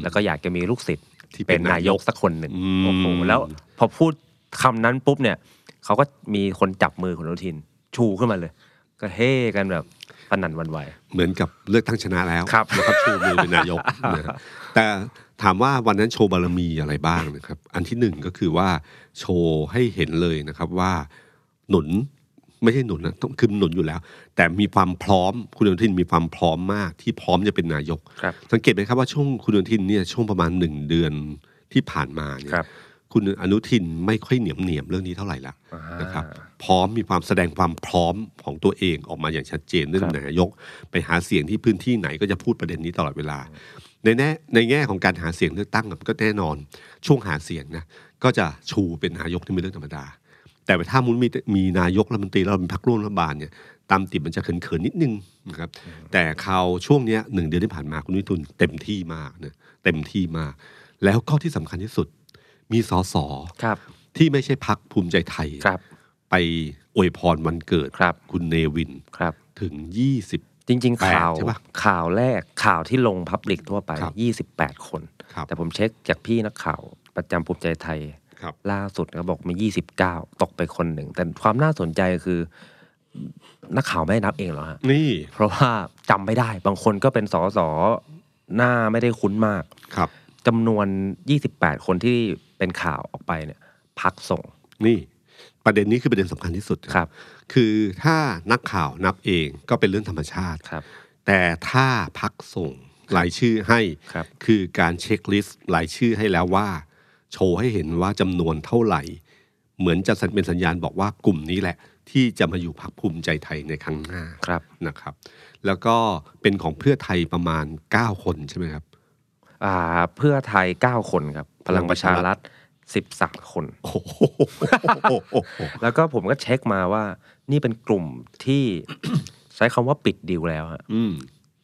Speaker 3: แล้วก็อยากจะมีลูกศิษย์
Speaker 2: ที่เป็
Speaker 3: เป็น
Speaker 2: นาน
Speaker 3: นาย ย
Speaker 2: ก
Speaker 3: กสักคนหนึ่ง
Speaker 2: อืม
Speaker 3: โอ้โหแล้วพอพูดคำนั้นปุ๊บเนี่ยเขาก็มีคนจับมือคุณอนุทิน ชูขึ้นมาเลย ก็เฮ่กันแบบปนันหวันไหว
Speaker 2: เหมือนกับเลือกตั้งชนะแล้ว
Speaker 3: ครับ
Speaker 2: นะครับชูมือเป็นนายกนะฮะแต่ถามว่าวันนั้นโชว์บารมีอะไรบ้างนะครับ อันที่หนึ่งก็คือว่าโชว์ให้เห็นเลยนะครับว่าหนุนไม่ใช่หนุนนะต้องคือหนุนอยู่แล้ว แต่มีความพร้อมคุณอนุทินมีความพร้อมมากที่พร้อมจะเป็นนายก
Speaker 3: ครับ
Speaker 2: สังเกตไหมครับว่าช่วงคุณอนุทินเนี่ยช่วงประมาณหนึ่งเดือนที่ผ่านมาเนี่ย คุณอนุทินไม่ค่อยเหนียมเหนียมเรื่องนี้เท่าไหร่ละ
Speaker 3: อ่าน
Speaker 2: นะครับ พร้อมมีความแสดงความพร้อมของตัวเองออกมาอย่างชัดเจนเรื่องนายก ไปหาเสียงที่พื้นที่ไหนก็จะพูดประเด็นนี้ตลอดเวลา ในแน่ในแง่ของการหาเสียงเลือกตั้งอะมันก็แน่นอน ช่วงหาเสียงนะก็จะชูเป็นนายกที่เป็นเรื่องธรรมดา แต่ถ้ามุนมีมีนายกรัฐมนตรีแล้วเป็นพรรคร่วมรัฐบาลเนี่ยตามติดมันจะเขินๆนิดนึงนะครับแต่คราวช่วงเนี้ยหนึ่งเดือนที่ผ่านมาคุณวิทุนเต็มที่มากนะเต็มที่มาก แล้วก็ที่สำคัญที่สุด มีสส
Speaker 3: ครับ
Speaker 2: ที่ไม่ใช่พักภูมิใจไทย
Speaker 3: ครับ
Speaker 2: ไปอวยพรวันเกิด
Speaker 3: ครับ
Speaker 2: คุณเนวิน
Speaker 3: ครับ
Speaker 2: ถึงยี่สิบ
Speaker 3: จริง ๆ ข่าว
Speaker 2: แปดใช่ปะ
Speaker 3: ข่าวแรกข่าวที่ลงพับลิกทั่วไป
Speaker 2: ครับ
Speaker 3: 28 คน
Speaker 2: ครับ
Speaker 3: แต่ผมเช็คจากพี่นักข่าว ประจำภูมิใจไทย
Speaker 2: ครับ
Speaker 3: ล่าสุดเขาบอกมี 29 ตกไปคนหนึ่ง แต่ความน่าสนใจคือ นักข่าวไม่ได้นับเองหรอกฮะ
Speaker 2: นี่
Speaker 3: เพราะว่าจำไม่ได้บางคนก็เป็นสอสอหน้าไม่ได้คุ้นมาก
Speaker 2: ครับ
Speaker 3: จำนวน 28 คนที่เป็นข่าวออกไปเนี่ยพักส่ง
Speaker 2: นี่ ประเด็นนี้คือประเด็นสำคัญที่สุดนะครับ คือถ้านักข่าวนับเองก็เป็นเรื่องธรรมชาติ
Speaker 3: ครับ
Speaker 2: แต่ถ้าพักส่งรายชื่อให้
Speaker 3: ครับ
Speaker 2: คือการเช็คลิสต์รายชื่อให้แล้วว่า โชว์ให้เห็นว่าจำนวนเท่าไหร่ เหมือนจะเป็นสัญญาณบอกว่ากลุ่มนี้แหละ ที่จะมาอยู่พักภูมิใจไทยในครั้งหน้า
Speaker 3: ครับ
Speaker 2: นะครับแล้วก็เป็นของเพื่อไทยประมาณ 9 คนใช่ไหมครับ
Speaker 3: อ่าเพื่อไทย 9 คนครับ พลังประชารัฐ 13 คน
Speaker 2: โอ้โห
Speaker 3: แล้วก็ผมก็เช็คมาว่า นี่เป็นกลุ่มที่ ใช้คำว่าปิดดีลแล้วฮะ
Speaker 2: อืม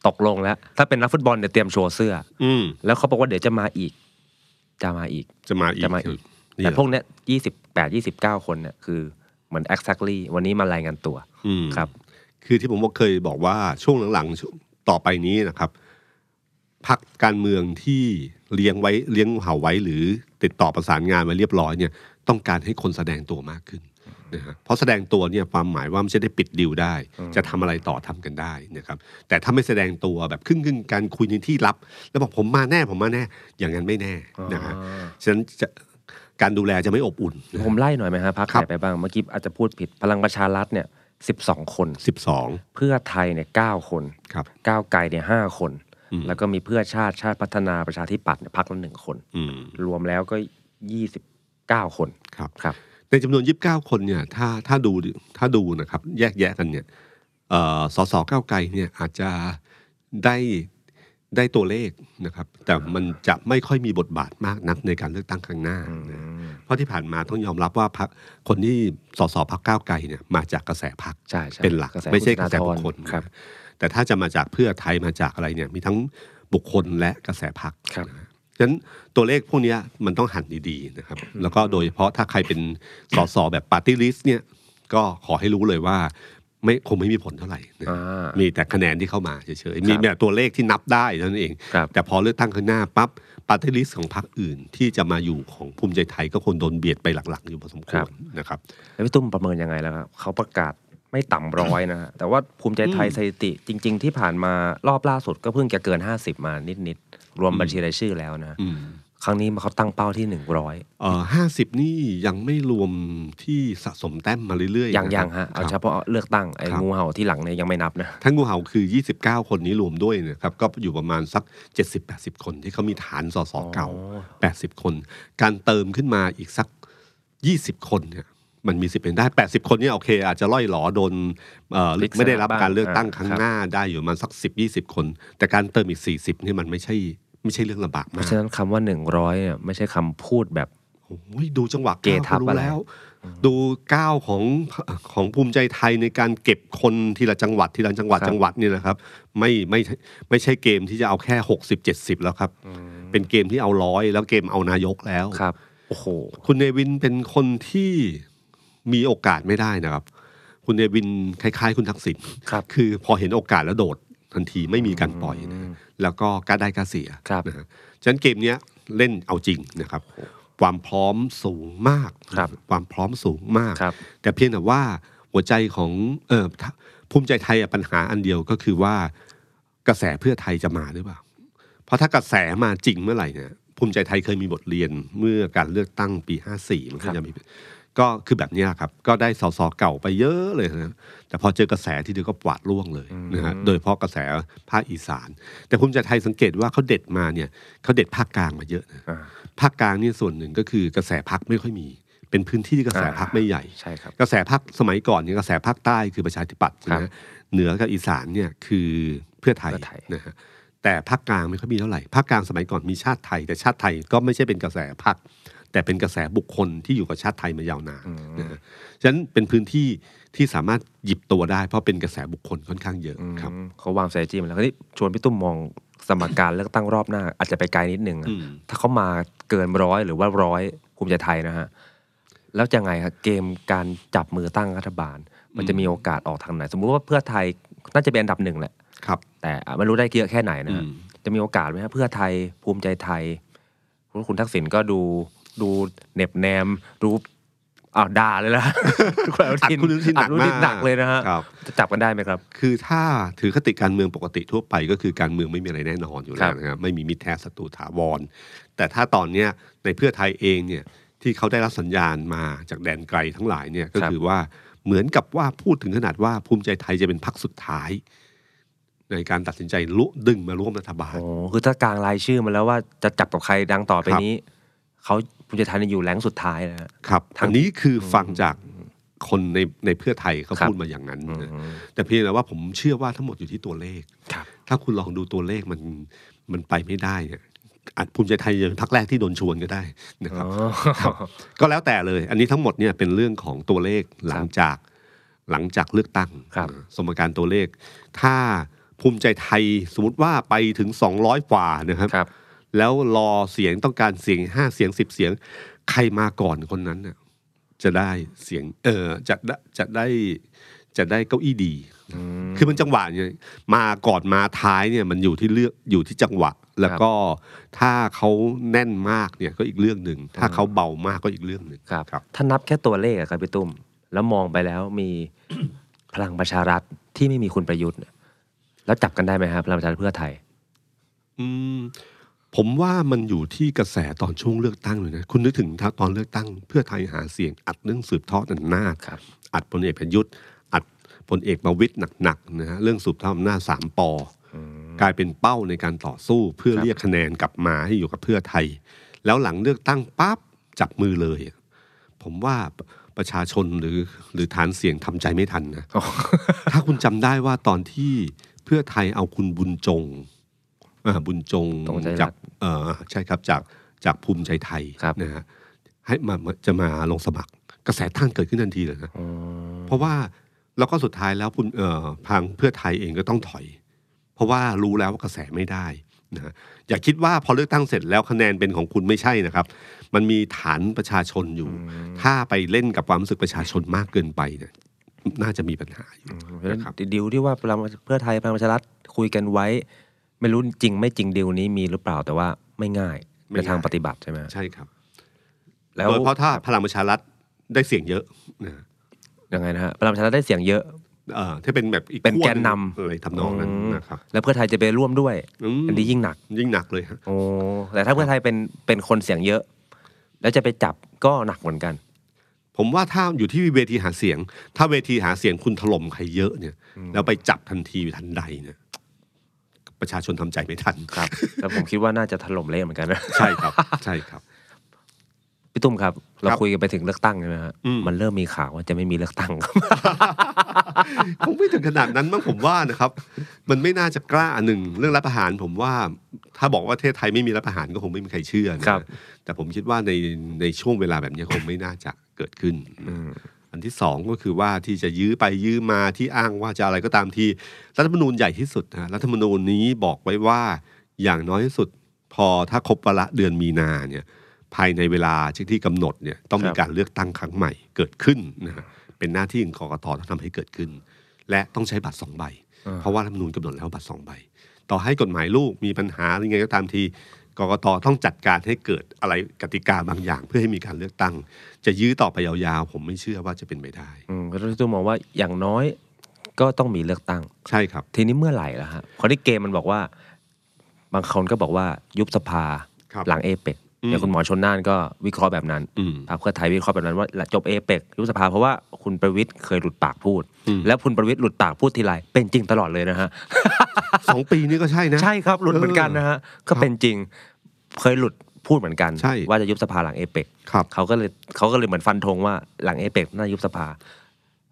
Speaker 3: ตกลงแล้ว ถ้าเป็นนักฟุตบอลเนี่ยเตรียมโชว์เสื้อ
Speaker 2: อืม
Speaker 3: แล้วเขาบอกว่าเดี๋ยวจะมาอีก จะมาอีก
Speaker 2: จะมาอีก
Speaker 3: จะมาอีก
Speaker 2: นี่
Speaker 3: แต่
Speaker 2: เหรอ
Speaker 3: พวกเนี้ยยี่สิบแปดยี่สิบเก้าคนเนี่ยคือเหมือน exactly วันนี้มารายงานตัว
Speaker 2: อืม
Speaker 3: ครับ
Speaker 2: คือที่ผมบอกเคยบอกว่าช่วงหลังๆช่วงต่อไปนี้นะครับพักการเมืองที่เลี้ยงไว้เลี้ยงเห่าไว้หรือติดต่อประสานงานไว้เรียบร้อยเนี่ย ต้องการให้คนแสดงตัวมากขึ้นนะฮะเพราะแสดงตัวเนี่ยความหมายว่ามันจะได้ปิดดิวได้ จะทำอะไรต่อทำกันได้นะครับ แต่ถ้าไม่แสดงตัวแบบครึ่งๆการคุยในที่ลับ แล้วบอกผมมาแน่ผมมาแน่ อย่างนั้นไม่แน่นะฮะฉะนั้นจะการดูแลจะไม่อบอุ่นนะฮะ
Speaker 3: ผมไล่หน่อยไหมฮะพัก
Speaker 2: ครั
Speaker 3: ไห
Speaker 2: บ
Speaker 3: นไปบ้าง เมื่อกี้อาจจะพูดผิดพลังประชารัฐเนี่ย 12 คน
Speaker 2: สิบสอง
Speaker 3: เพื่อไทยเนี่ยเก้าคน
Speaker 2: ครับ
Speaker 3: ก้าวไกลเนี่ยห้าคน
Speaker 2: อืม
Speaker 3: แล้วก็มีเพื่อชาติชาติพัฒนาประชาธิปัตย์เนี่ยพักละหนึ่งคน
Speaker 2: อืม
Speaker 3: รวมแล้วก็ยี่สิบเก้าคน
Speaker 2: ครับ
Speaker 3: ครับ
Speaker 2: ในจำนวน 29 คนเนี่ยถ้าถ้าดูถ้าดูนะครับ แยกแยะกันเนี่ยเอ่อสสก้าวไกลเนี่ยอาจจะได้ได้ตัวเลขนะครับ แต่มันจะไม่ค่อยมีบทบาทมากนักในการเลือกตั้งครั้งหน้านะเพราะที่ผ่านมาต้องยอมรับว่าพรรคคนที่สสพักก้าวไกลเนี่ยมาจากกระแสพัก
Speaker 3: ใช่ใช่
Speaker 2: เป็นหลัก
Speaker 3: กระแส
Speaker 2: ไม่ใช่ก
Speaker 3: คุณ
Speaker 2: ระแส
Speaker 3: ธนาธร
Speaker 2: บุคคล
Speaker 3: ครับ
Speaker 2: แต่ถ้าจะมาจากเพื่อไทยมาจากอะไรเนี่ยมีทั้งบุคคลและกระแสพัก
Speaker 3: ครับ
Speaker 2: ฉะนั้นตัวเลขพวกเนี้ยมันต้องหันดีๆนะครับ แล้วก็โดยเฉพาะถ้าใครเป็นสสแบบปาร์ตี้ลิสต์เนี่ยก็ขอให้รู้เลยว่าไม่คงไม่มีผลเท่าไหร่นะ
Speaker 3: อ่ามี
Speaker 2: มีแต่คะแนนที่เข้ามาเฉยๆมีแบบตัวเลขที่นับได้เท่านั้นเอง
Speaker 3: ครับ
Speaker 2: แต่พอเลือกตั้งข้างหน้าปั๊บปาร์ตี้ลิสต์ของพรรคอื่นที่จะมาอยู่ของภูมิใจไทยก็คงโดนเบียดไปหลักๆ อยู่พอสมควรนะครับ
Speaker 3: แล้วพี่ตุ้มประเมินยังไงแล้วครับเขาประกาศไม่ต่ำร้อยนะฮะแต่ว่าภูมิใจไทยสถิติจริง ๆ ที่ผ่านมารอบล่าสุดก็เพิ่งจะเกิน 50 มานิดๆรวมบัญชีรายชื่อแล้วนะ
Speaker 2: อืม
Speaker 3: ครั้งนี้เขาตั้งเป้าที่ 100
Speaker 2: เอ่อห้าสิบนี่ยังไม่รวมที่สะสมแต้มมาเรื่อยๆ
Speaker 3: ยังยัง
Speaker 2: นะครับ
Speaker 3: ฮะเอา
Speaker 2: ครับ
Speaker 3: เฉพาะเลือกตั้งไอ้
Speaker 2: ครับ
Speaker 3: งูเห่าที่หลังเนี่ยยังไม่นับนะ
Speaker 2: ทั้งงูเห่าคือ 29 คนนี้รวมด้วยนะครับ ก็อยู่ประมาณสัก 70-80 คนที่เขามีฐานสสเก่า 80 คน การเติมขึ้นมาอีกสัก 20 คนเนี่ย มันมีสิทธิ์เป็นได้ 80 คนเนี่ยโอเค อาจจะล่อยหลอโดนเอ่อ
Speaker 3: พลิก
Speaker 2: ไม่ได้รับ
Speaker 3: สนามบ้าง
Speaker 2: การเลือกตั้ง
Speaker 3: อ่า
Speaker 2: ครั้ง
Speaker 3: ครับ
Speaker 2: หน้าได้อยู่ประมาณสัก 10-20 คน แต่การเติมอีก 40เนี่ยมันไม่ใช่ไม่ใช่เรื่องลำบาก
Speaker 3: เพ
Speaker 2: มาก
Speaker 3: ราะฉะนั้นคำว่า 100เนี่ยไม่ใช่คำพูดแบบ
Speaker 2: โอ้ยดูจังหวะ
Speaker 3: เก
Speaker 2: ก้าว
Speaker 3: ทั
Speaker 2: ก็
Speaker 3: บ
Speaker 2: รู้
Speaker 3: อะไร
Speaker 2: แล้ว ดูก้าวของของภูมิใจไทยในการเก็บคนทีละจังหวัดทีละจังหวัด
Speaker 3: ครับ
Speaker 2: จังหวัดนี่นะครับ ไม่ไม่ใช่ไม่ใช่เกมที่จะเอาแค่ 60 70 แล้วครับ เป็นเกมที่เอาร้อยแล้วเกมเอานายกแล้ว
Speaker 3: ครับโอ้โห
Speaker 2: คุณเนวินเป็นคนที่มีโอกาสไม่ได้นะครับ คุณเนวินคล้ายๆ คุณทักษิณ
Speaker 3: ครับ
Speaker 2: คือพอเห็นโอกาสแล้วโดดทันทีไม่มีการปล่อยนะแล้วก็กล้าได้กล้าเสีย
Speaker 3: ครับ
Speaker 2: นะฮะฉะนั้นเกมเนี้ยเล่นเอาจริงนะครับ ความพร้อมสูงมาก
Speaker 3: ครับ
Speaker 2: ความพร้อมสูงมาก
Speaker 3: ครับ
Speaker 2: แต่เพียงแต่ว่าหัวใจของเออถ้าภูมิใจไทยอะปัญหาอันเดียวก็คือว่ากระแสเพื่อไทยจะมาหรือเปล่า เพราะถ้ากระแสมาจริงเมื่อไหร่เนี่ยภูมิใจไทยเคยมีบทเรียนเมื่อการเลือกตั้งปี 54 มันก็จะมีก็คือแบบเนี้ยครับ ก็ได้สสเก่าไปเยอะเลยนะแต่พอเจอกระแสที่เดียวก็ปวาดล่วงเลยนะฮะโดยเฉพาะกระแสภาคอีสาน แต่ภูมิใจไทยสังเกตว่าเขาเด็ดมาเนี่ยเขาเด็ดภาคกลางมาเยอะนะ
Speaker 3: อ่า
Speaker 2: ภาคกลางเนี่ยส่วนหนึ่งก็คือกระแสพักไม่ค่อยมี เป็นพื้นที่ที่กระแสพักไม่ใหญ่
Speaker 3: ใช่ครับ
Speaker 2: กระแสพักสมัยก่อนเนี่ยกระแสพักใต้คือประชาธิปัตย์ใช่ไหม
Speaker 3: ครับ
Speaker 2: เหนือกับอีสานเนี่ยคือเพื่อไทย
Speaker 3: เพื่อไทย
Speaker 2: นะฮะแต่พักกลางไม่ค่อยมีเท่าไหร่พักกลางสมัยก่อนมีชาติไทย แต่ชาติไทยก็ไม่ใช่เป็นกระแสพักแต่เป็นกระแสบุคคลที่อยู่กับชาติไทยมายาวนานนะฮะฉะนั้นเป็นพื้นที่ที่สามารถหยิบตัวได้ เพราะเป็นกระแสบุคคลค่อนข้างเยอะครับ
Speaker 3: อืมเขาวางสายจีมาแล้วคราวนี้ชวนพี่ตุ้มมองสมการเลือกตั้งรอบหน้า อาจจะไปไกลนิดนึงอะ
Speaker 2: อืม
Speaker 3: ถ้าเขามาเกินร้อยหรือว่าร้อยภูมิใจไทยนะฮะ แล้วจะไงครับเกมการจับมือตั้งรัฐบาล มันจะมีโอกาสออกทางไหน สมมุติว่าเพื่อไทยน่าจะเป็นอันดับหนึ่งแหละ
Speaker 2: ครับ
Speaker 3: แต่ไม่รู้ได้เยอะแค่ไหนนะฮะ
Speaker 2: อืม
Speaker 3: จะมีโอกาสไหมฮะเพื่อไทยภูมิใจไทยคุณคุณทักษิณก็ดูดูเหน็บแนมดูอ้าวด่าเลยละ คุณอนุ
Speaker 2: อัด
Speaker 3: ทิน
Speaker 2: คุณอนุทินหนัก
Speaker 3: อัดคุณอ
Speaker 2: มา
Speaker 3: นุ
Speaker 2: ก
Speaker 3: ทินหนักเลยนะฮะ
Speaker 2: ครับ
Speaker 3: จะจับกันได้ไหมครับ
Speaker 2: คือถ้าถือคติการเมืองปกติทั่วไปก็คือการเมืองไม่มีอะไรแน่นอนอยู่แล้ว
Speaker 3: ครับ
Speaker 2: นะครับไม่มีมิตรแท้ศัตรูถาวร แต่ถ้าตอนเนี้ยในเพื่อไทยเองเนี่ยที่เขาได้รับสัญญาณมาจากแดนไกลทั้งหลายเนี่ยก็
Speaker 3: ครับ
Speaker 2: คือว่าเหมือนกับว่าพูดถึงขนาดว่าภูมิใจไทยจะเป็นพรรคสุดท้าย ในการตัดสินใจลุดึงมาร่วมรัฐบาล
Speaker 3: โอ้คือถ้ากลางรายชื่อมาแล้วว่าจะจับกับใครดังต่อไปนี้ เขาภูมิใจไทยเนี่ยอยู่แรงสุดท้ายนะฮะ
Speaker 2: ครับ
Speaker 3: ทั้
Speaker 2: อั
Speaker 3: ง
Speaker 2: นนี้คือฟังจากคนในในเพื่อไทยเขา
Speaker 3: ครับ
Speaker 2: พูดมาอย่างนั้นนะแต่เพียงแต่ว่าผมเชื่อว่าทั้งหมดอยู่ที่ตัวเลข
Speaker 3: ครับ
Speaker 2: ถ้าคุณลองดูตัวเลขมันมันไปไม่ได้เนี่ยอาจภูมิใจไทยจะเป็นพักแรกที่โดนชวนก็ได้นะครับ
Speaker 3: อ๋อ
Speaker 2: ก็แล้วแต่เลย อันนี้ทั้งหมดเนี่ยเป็นเรื่องของตัวเลขหลังจากหลังจากเลือกตั้ง
Speaker 3: ครับ
Speaker 2: นะสมการตัวเลข ถ้าภูมิใจไทยสมมติว่าไปถึง 200กว่านะครับ
Speaker 3: ครับ
Speaker 2: แล้วรอเสียงต้องการเสียงห้าเสียงสิบเสียง ใครมาก่อนคนนั้นน่ะจะได้เสียงเออจะได้จะได้จะได้เก้าอี้ดี คือมันจังหวะเนี่ยมาก่อนมาท้ายเนี่ยมันอยู่ที่เลือกอยู่ที่จังหวะ แล้วก็ถ้าเขาแน่นมากเนี่ยก็อีกเรื่องหนึ่งถ้าเขาเบามากก็อีกเรื่องหนึ่ง
Speaker 3: ครับ
Speaker 2: ครับ
Speaker 3: ถ้านับแค่ตัวเลขอะครับพี่ตุ้ม แล้วมองไปแล้วมี พลังประชารัฐที่ไม่มีคุณประยุทธ์เนี่ยแล้วจับกันได้ไหมครับพลังประชารัฐเพื่อไทย
Speaker 2: อืมผมว่ามันอยู่ที่กระแสตอนช่วงเลือกตั้งเลยนะคุณนึกถึงตอนเลือกตั้ง เพื่อไทยหาเสียงอัดเรื่องสืบทอดอำนาจ
Speaker 3: ครับ
Speaker 2: อัดพลเอกประยุทธ์อัด พลเอกประวิตยหนักๆนะฮะเรื่องสืบทอดอำนาจสามปกลายเป็นเป้าในการต่อสู้เพื่อเรียกคะแนนกลับมาให้อยู่กับเพื่อไทย แล้วหลังเลือกตั้งปั๊บจับมือเลย ผมว่าประชาชนหรือหรือฐานเสียงทำใจไม่ทันนะ
Speaker 3: อ๋อ
Speaker 2: ถ้าคุณจำได้ว่าตอนที่เพื่อไทยเอาคุณบุญจงเอ่อบุญจง
Speaker 3: ตรงใจรั
Speaker 2: จาก
Speaker 3: ฐ
Speaker 2: เอ่อใช่ครับจากจากภูมิใจไทย
Speaker 3: ครับ
Speaker 2: นะฮะให้มามาจะมาลงสมัคร กระแสท่านเกิดขึ้นทันทีเลยนะ
Speaker 3: อืม
Speaker 2: เพราะว่าแล้วก็สุดท้ายแล้วคุณเอ่อทางเพื่อไทยเองก็ต้องถอย เพราะว่ารู้แล้วว่ากระแสไม่ได้นะฮะอย่าคิดว่าพอเลือกตั้งเสร็จแล้วคะแนนเป็นของคุณไม่ใช่นะครับ มันมีฐานประชาชนอยู่ ถ้าไปเล่นกับความรู้สึกประชาชนมากเกินไปเนี่ยน่าจะมีปัญหาอยู่
Speaker 3: เพราะฉะนั้น
Speaker 2: นะครับ
Speaker 3: ดิวที่ว่าพลังเพื่อไทยพลังประชารัฐคุยกันไว้ ไม่รู้จริงไม่จริงดิวนี้มีหรือเปล่าแต่ว่าไม่ง่ายในทางปฏิบัติใช่ไหม
Speaker 2: ใช่ครับ
Speaker 3: แล้
Speaker 2: โด
Speaker 3: วย
Speaker 2: เพราะถ้าพลังประชารัฐได้เสียงเยอะนะ
Speaker 3: ยังไงนะฮะพลังประชารัฐได้เสียงเยอะ
Speaker 2: เอ่อถ้าเป็นแบบอีก
Speaker 3: เป็น
Speaker 2: ขั้ว
Speaker 3: แกนนำ
Speaker 2: หงอะไรทำนองนั้นนะครับ
Speaker 3: แล้วเพื่อไทยจะไปร่วมด้วย
Speaker 2: อืม
Speaker 3: อันนี้ยิ่งหนัก
Speaker 2: ยิ่งหนักเลยฮะ
Speaker 3: โอ้แต่ถ้าเพื่อไทยเป็นเป็นคนเสียงเยอะ แล้วจะไปจับก็หนักเหมือนกัน
Speaker 2: ผมว่าถ้าอยู่ที่เวทีหาเสียง ถ้าเวทีหาเสียงคุณถล่มใครเยอะเนี่ย แล้วไปจับทันทีทันใดเนี่ยประชาชนทำใจไม่ทัน
Speaker 3: ครับ แล้วผมคิดว่าน่าจะถล่มเละเหมือนกันนะ
Speaker 2: ใช่ครับ ใช่ครับ
Speaker 3: พี่ตุ้มครับ เรา
Speaker 2: ครับ
Speaker 3: คุยกันไปถึงเลือกตั้งใช่ไหมฮะ
Speaker 2: อืม
Speaker 3: มันเริ่มมีข่าวว่าจะไม่มีเลือกตั้ง
Speaker 2: คงไม่ถึงขนาดนั้นมั้งผมว่านะครับ มันไม่น่าจะกล้าอันหนึ่งเรื่องรัฐประหารผมว่า ถ้าบอกว่าประเทศไทยไม่มีรัฐประหารก็คงไม่มีใครเชื่อนะครับ แต่ผมคิดว่าในในช่วงเวลาแบบนี้คงไม่น่าจะเกิดขึ้น อันที่สองก็คือว่าที่จะยื้อไปยื้อมาที่อ้างว่าจะอะไรก็ตามที่รัฐธรรมนูญใหญ่ที่สุดนะรัฐธรรมนูญนี้บอกไว้ว่าอย่างน้อยที่สุด พอถ้าครบวาระเดือนมีนาเนี่ยภายในเวลาที่กำหนดเนี่ยต้องมี
Speaker 3: ครับ
Speaker 2: การเลือกตั้งครั้งใหม่เกิดขึ้นนะฮะเป็นหน้าที่ของกกตต้องทำให้เกิดขึ้น และต้องใช้บัตรสองใบ เพราะว่ารัฐธรรมนูญกำหนดแล้วบัตรสองใบ ต่อให้กฎหมายลูกมีปัญหาหรือยังไงก็ตามทีกกตต้องจัดการให้เกิดอะไรกติกาบางอย่าง เพื่อให้มีการเลือกตั้ง จะยื้อต่อไปยาวๆ ผมไม่เชื่อว่าจะเป็นไปได้
Speaker 3: อืมก็พี่ตุ้มมองว่าอย่างน้อยก็ต้องมีเลือกตั้ง
Speaker 2: ใช่ครับ
Speaker 3: ทีนี้เมื่อไหร่ล่ะฮะคนที่เกมมันบอกว่า บางคนก็บอกว่ายุบสภา
Speaker 2: ครับ
Speaker 3: หลังเอเปก
Speaker 2: อืม
Speaker 3: อย่างคุณหมอชนน่านก็วิเคราะห์แบบนั้น
Speaker 2: อืม
Speaker 3: พรรคเพื่อไทยวิเคราะห์แบบนั้นว่าหลังจบเอเปกยุบสภาเพราะว่าคุณประวิทย์เคยหลุดปากพูด
Speaker 2: อืม
Speaker 3: แล้วคุณประวิทย์หลุดปากพูดทีไรเป็นจริงตลอดเลยนะฮะ
Speaker 2: สองปีนี้ก็ใช่นะ
Speaker 3: ใช่ครับหลุดเหมือนกันนะฮะก็เป็นจริงเคยหลุดพูดเหมือนกัน
Speaker 2: ใช่
Speaker 3: ว่าจะยุบสภาหลังเอเปก
Speaker 2: ครับ
Speaker 3: เขาก็เลยเขาก็เลยเหมือนฟันธงว่าหลังเอเปกน่ายุบสภา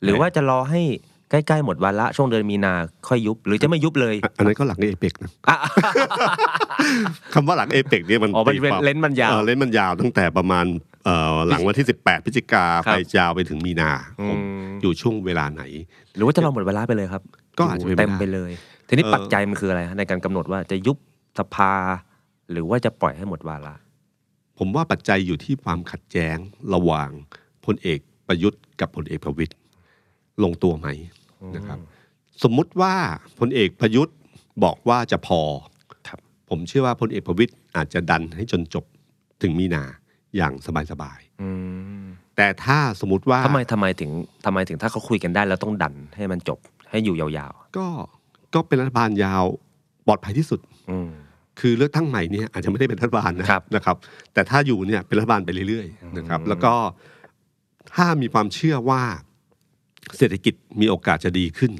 Speaker 3: หรือว่าจะรอให้ใกล้ๆหมดวาระช่วงเดือนมีนาค่อยยุบ หรือจะไม่ยุบเลย
Speaker 2: อันนั้นก็หลังเอเปกนะ
Speaker 3: อ่ะ
Speaker 2: คำว่าหลังเอเปกเนี่ยมัน
Speaker 3: อ๋อมัน
Speaker 2: ตี
Speaker 3: เป็น
Speaker 2: ความ
Speaker 3: เลนส์มันยาว
Speaker 2: เออเลนส์มันยาวตั้งแต่ประมาณเอ่อหลังวันที่ 18พฤศจิกา
Speaker 3: ครับ
Speaker 2: ไปยาวไปถึงมีนา
Speaker 3: อืม
Speaker 2: อยู่ช่วงเวลาไหน
Speaker 3: หรือว่าจะรอหมดเวลาไปเลยครับ
Speaker 2: ก็อาจจะเป็นไปได้
Speaker 3: เต็มไปเลย ทีนี้
Speaker 2: เอ่อ
Speaker 3: ปัจจัยมันคืออะไรฮะในการกำหนดว่าจะยุบสภา หรือว่าจะปล่อยให้หมดวาระ
Speaker 2: ผมว่าปัจจัยอยู่ที่ความขัดแย้งระหว่างพลเอกประยุทธ์กับพลเอกประวิตยลงตัวไหมนะครับ สมมุติว่าพลเอกประยุทธ์บอกว่าจะพอ
Speaker 3: ครับ
Speaker 2: ผมเชื่อว่าพลเอกประวิตยอาจจะดันให้จนจบถึงมีนาอย่างสบาย
Speaker 3: อืม
Speaker 2: ๆแต่ถ้าสมมติว่า
Speaker 3: ทำไมทำไมถึงทำไมถึงถ้าเขาคุยกันได้แล้วต้องดันให้มันจบให้อยู่ยาว
Speaker 2: ก็ก็เป็นรัฐบาลยาวปลอดภัยที่สุด
Speaker 3: ๆ อืม
Speaker 2: คือเลือกตั้งใหม่เนี่ยอาจจะไม่ได้เป็นรัฐบาลนะครับ นะครับ แต่ถ้าอยู่เนี่ยเป็นรัฐบาลไปเรื่อยๆนะครับ แล้วก็ถ้ามีความเชื่อว่าเศรษฐกิจมีโอกาสจะดีขึ้น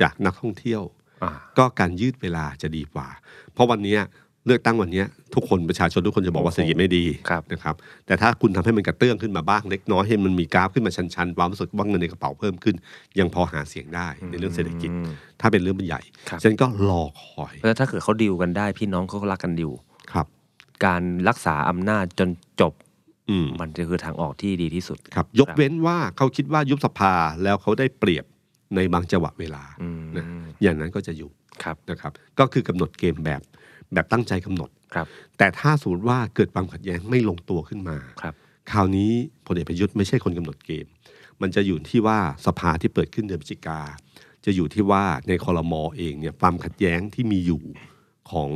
Speaker 2: จากนักท่องเที่ยว
Speaker 3: อ่า
Speaker 2: ก็การยืดเวลาจะดีกว่า เพราะวันเนี้ยเลือกตั้งวันเนี้ยทุกคนประชาชนทุกคนจะบอกว่าเศรษฐกิจไม่ดี
Speaker 3: ครับ
Speaker 2: นะครับแต่ถ้าคุณทำให้มันกระเตื้องขึ้นมาบ้างเล็กน้อยให้มันมีกราฟขึ้นมาชันๆความรู้สึกว่าเงินในกระเป๋าเพิ่มขึ้น ยังพอหาเสียงได้ในเรื่องเศรษฐกิจ
Speaker 3: อืม
Speaker 2: ถ้าเป็นเรื่องมันใหญ่
Speaker 3: ครับ
Speaker 2: ฉะนันก็รอคอย
Speaker 3: เพราะฉะนั้นถ้าเกิดเขาดีลกันได้พี่น้องเขาก็รักกันดีล
Speaker 2: ครับ
Speaker 3: การรักษาอำนาจจนจบ
Speaker 2: อืม
Speaker 3: มันจะคือทางออกที่ดีที่สุด
Speaker 2: ครับยกเว้นว่าเขาคิดว่ายุบสภาแล้วเขาได้เปรียบในบางจังหวะเวลา
Speaker 3: อืม
Speaker 2: นะอย่างนั้นก็จะยุบ
Speaker 3: ครับ
Speaker 2: นะครับ ก็คือกำหนดเกมแบบแบบตั้งใจกำหนด
Speaker 3: ครับ
Speaker 2: แต่ถ้าสมมติว่าเกิดความขัดแย้งไม่ลงตัวขึ้นมา
Speaker 3: ครับ
Speaker 2: คราวนี้พลเอกประยุทธ์ไม่ใช่คนกำหนดเกม มันจะอยู่ที่ว่าสภาที่เปิดขึ้นเดือนพฤศจิกา จะอยู่ที่ว่าในคอรมอเองเนี่ยความขัดแย้งที่มีอยู่ของ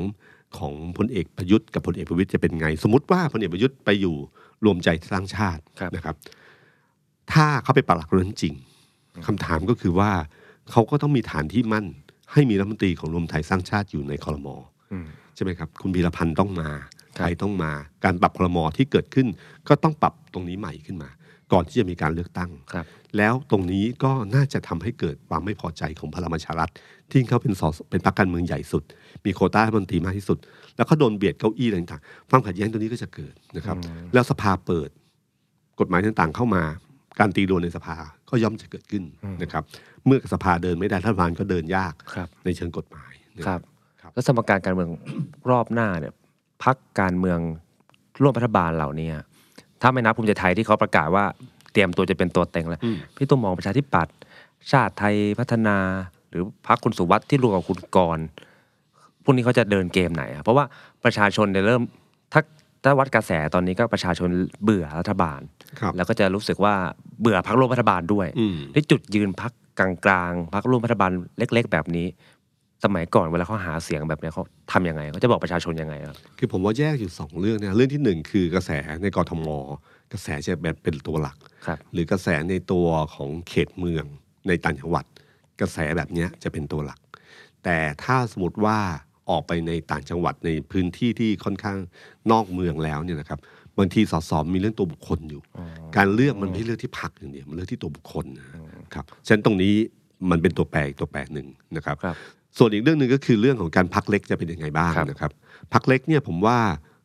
Speaker 2: ของพลเอกประยุทธ์กับพลเอกประวิตยจะเป็นไง สมมติว่าพลเอกประยุทธ์ไปอยู่รวมใจสร้างชาติ
Speaker 3: ครับ
Speaker 2: นะครับ ถ้าเขาไปปักหลักเรื่องจริงคำถามก็คือว่าเขาก็ต้องมีฐานที่มั่น ให้มีรัฐมนตรีของรวมไทยสร้างชาติอยู่ในคอรมอ
Speaker 3: อืม
Speaker 2: ใช่ไหมครับ คุณพีรพันธ์ต้องมา
Speaker 3: ครั
Speaker 2: ใค
Speaker 3: บ
Speaker 2: รต้องมา การปรับครมอที่เกิดขึ้น ก็ต้องปรับตรงนี้ใหม่ขึ้นมา ก่อนที่จะมีการเลือกตั้ง
Speaker 3: ครับ
Speaker 2: แล้วตรงนี้ก็น่าจะทำให้เกิดความไม่พอใจของพลังประชารัฐที่เขาเป็นสสเป็นพรรคการเมืองใหญ่สุด มีโควต้ารัฐมนตรีมากที่สุด แล้วเขาโดนเบียดเก้าอี้อะไรต่างๆความขัดแย้งตัวนี้ก็จะเกิดนะครับ แล้วสภาเปิด กฎหมายต่างๆเข้ามา การตีโดนในสภาก็ย่อมจะเกิดขึ้นนะครับ เมื่อสภาเดินไม่ได้รัฐบาลก็เดินยาก
Speaker 3: ครับ
Speaker 2: ในเชิงกฎหมายนะ
Speaker 3: ครับ
Speaker 2: ครับ
Speaker 3: แล้วสมการการเมือง รอบหน้าเนี่ยพักการเมืองร่วมรัฐบาลเหล่านี้อะถ้าไม่นับภูมิใจไทยที่เขาประกาศว่าเตรียมตัวจะเป็นตัวเต็งแล้ว พี่ตุ้มมองประชาธิปัตย์ชาติไทยพัฒนา หรือพักคุณสุวัสดิ์ที่รวมกับคุณกรณ์พวกนี้เขาจะเดินเกมไหนอะเพราะว่าประชาชนเนี่ยเริ่มถ้าถ้าวัดกระแสตอนนี้ก็ประชาชนเบื่อรัฐบาล
Speaker 2: ครับ
Speaker 3: แล้วก็จะรู้สึกว่าเบื่อพักร่วมรัฐบาลด้วย
Speaker 2: อืม
Speaker 3: ด้วยจุดยืนพักกลางๆพักร่วมรัฐบาลเล็ก ๆ แบบนี้ สมัยก่อนเวลาเขาหาเสียงแบบเนี้ยเขาทำยังไงเขาจะบอกประชาชนยังไงครับ
Speaker 2: คือผมว่าแยกอยู่สองเรื่องนะเรื่องที่หนึ่งคือกระแสในกรทม กระแสจะแบบเป็นตัวหลัก
Speaker 3: ครับ
Speaker 2: หรือกระแสในตัวของเขตเมืองในต่างจังหวัด กระแสแบบเนี้ยจะเป็นตัวหลัก แต่ถ้าสมมติว่าออกไปในต่างจังหวัดในพื้นที่ที่ค่อนข้างนอกเมืองแล้วเนี่ยนะครับบางทีสสมีเรื่องตัวบุคคลอยู่ การเลือกมันไม่ใช่เลือกที่พรรคอย่างเดียวมันเลือกที่ตัวบุคคลนะครับฉะนั้นตรงนี้มันเป็นตัวแปรอีกตัวแปรหนึ่งนะครับ
Speaker 3: ครับ
Speaker 2: ส่วนอีกเรื่องหนึ่งก็คือเรื่องของการพักเล็กจะเป็นยังไงบ้าง
Speaker 3: ครับ
Speaker 2: นะครับพักเล็กเนี่ยผมว่า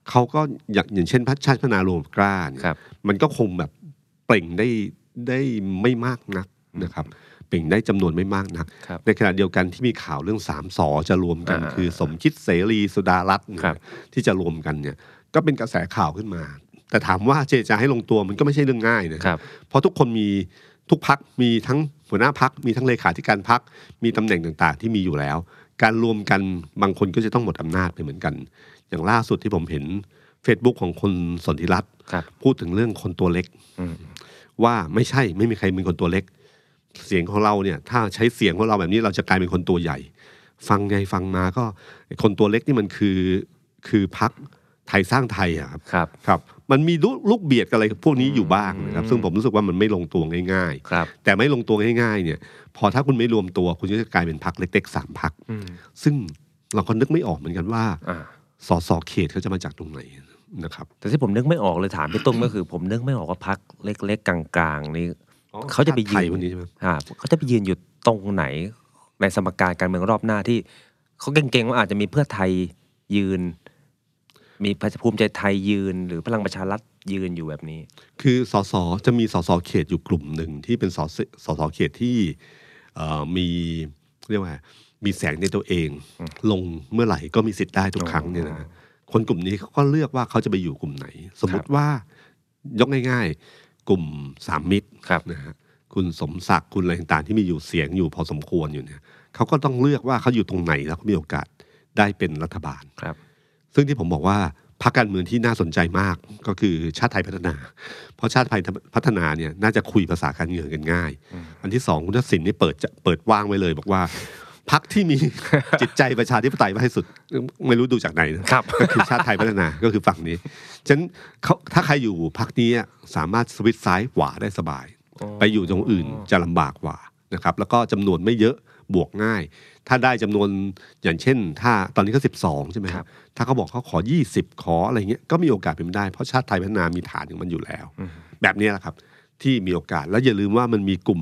Speaker 2: เขาก็อย่างอย่างเช่นพักชาติพัฒนารวมกล้าเนี่ย
Speaker 3: ครับ
Speaker 2: มันก็คงแบบเปล่งได้ได้ไม่มากนักนะครับเปล่งได้จำนวนไม่มากนัก
Speaker 3: ครับ
Speaker 2: ในขณะเดียวกันที่มีข่าวเรื่องสามสอจะรวมกัน
Speaker 3: อ่า
Speaker 2: คือสมคิดเสรีสุดารัตน์
Speaker 3: ครับ
Speaker 2: ที่จะรวมกันเนี่ยก็เป็นกระแสข่าวขึ้นมา แต่ถามว่าเจรจาให้ลงตัวมันก็ไม่ใช่เรื่องง่ายนะ
Speaker 3: ครับ
Speaker 2: เพราะทุกคนมีทุกพักมีทั้งหัวหน้าพักมีทั้งเลขาธิการพักมีตำแหน่งต่างๆ ที่มีอยู่แล้ว การรวมกันบางคนก็จะต้องหมดอำนาจไปเหมือนกัน อย่างล่าสุดที่ผมเห็น Facebook ของคนสนธิรัตน์
Speaker 3: ครับ
Speaker 2: พูดถึงเรื่องคนตัวเล็ก ว่าไม่ใช่ไม่มีใครเป็นคนตัวเล็ก เสียงของเราเนี่ยถ้าใช้เสียงของเราแบบนี้เราจะกลายเป็นคนตัวใหญ่ ฟังไงฟังมาก็ไอ้คนตัวเล็กนี่มันคือคือพักไทยสร้างไทยอะครับ
Speaker 3: ครับ
Speaker 2: ครับมันมีลูลูกเบียดกับอะไรพวกนี้อยู่บ้างนะครับซึ่งผมรู้สึกว่ามันไม่ลงตัวง่าย
Speaker 3: ครับ
Speaker 2: ๆ แต่ไม่ลงตัวง่ายๆเนี่ยพอถ้าคุณไม่รวมตัวคุณก็จะกลายเป็นพักเล็กๆสามพัก
Speaker 3: อืม
Speaker 2: ซึ่งเราก็นึกไม่ออกเหมือนกันว่า
Speaker 3: อ่า
Speaker 2: สสเขตเขาจะมาจากตรงไหนนะครับ
Speaker 3: แต่ที่ผมนึกไม่ออกเลยถามพี่ตุ้มก็คือ ผมนึกไม่ออกว่าพักเล็ก ๆ กลางๆนี่
Speaker 2: อ๋อ
Speaker 3: เขาจะไปยื
Speaker 2: พรรคไทย
Speaker 3: น
Speaker 2: พวกนี้ใช่ไหม
Speaker 3: อ่าเขาจะไปยืนอยู่ตรงไหน ในสมการการเมืองรอบหน้าที่เขาเก่งๆว่าอาจจะมีเพื่อไทยยืน มีพรรคภูมิใจไทยยืน หรือพลังประชารัฐยืนอยู่แบบนี้
Speaker 2: คือสสจะมีสสเขตอยู่กลุ่มหนึ่งที่เป็นสสสสเขตที่เอ่อมีเรียกว่าไงมีแสงในตัวเอง ลงเมื่อไหร่ก็มีสิทธิ์ได้ทุกครั้งเนี่ยนะฮะคนกลุ่มนี้เขาก็เลือกว่าเขาจะไปอยู่กลุ่มไหน สมมติว่ายกง่ายๆ กลุ่มสามมิตร
Speaker 3: ครับ
Speaker 2: นะฮะคุณสมศักดิ์คุณอะไรต่างๆที่มีอยู่เสียงอยู่พอสมควรอยู่เนี่ยเขาก็ต้องเลือกว่าเขาอยู่ตรงไหนแล้วเขามีโอกาสได้เป็นรัฐบาล
Speaker 3: ครับ
Speaker 2: ซึ่งที่ผมบอกว่าพรรคการเมืองที่น่าสนใจมากก็คือชาติไทยพัฒนา เพราะชาติไทยพัฒนาเนี่ยน่าจะคุยภาษาการเมืองกันง่าย อันที่สองคุณทักษิณนี่เปิดจะเปิดว่างไว้เลย บอกว่าพรรคที่ มี จิตใจประชาธิปไตยมากที่สุด ไม่รู้ดูจากไหนนะครับ ก็คือชาติไทยพัฒนาก็คือฝั่งนี้ฉะนั้นเขาถ้าใครอยู่พรรคนี้สามารถสวิตช์ซ้ายขวาได้สบาย ไปอยู่ตรงอื่นจะลำบากกว่านะครับแล้วก็จำนวนไม่เยอะบวกง่าย ถ้าได้จำนวนอย่างเช่น ถ้าตอนนี้ก็ 12 ใช่ไหมครับถ้าเขาบอกเขาขอ 20 ขออะไรเงี้ยก็มีโอกาสเป็นไปได้ เพราะชาติไทยพัฒนามีฐานของมันอยู่แล้ว แบบนี้แหละครับ ที่มีโอกาสแล้วอย่าลืมว่ามันมีกลุ่ม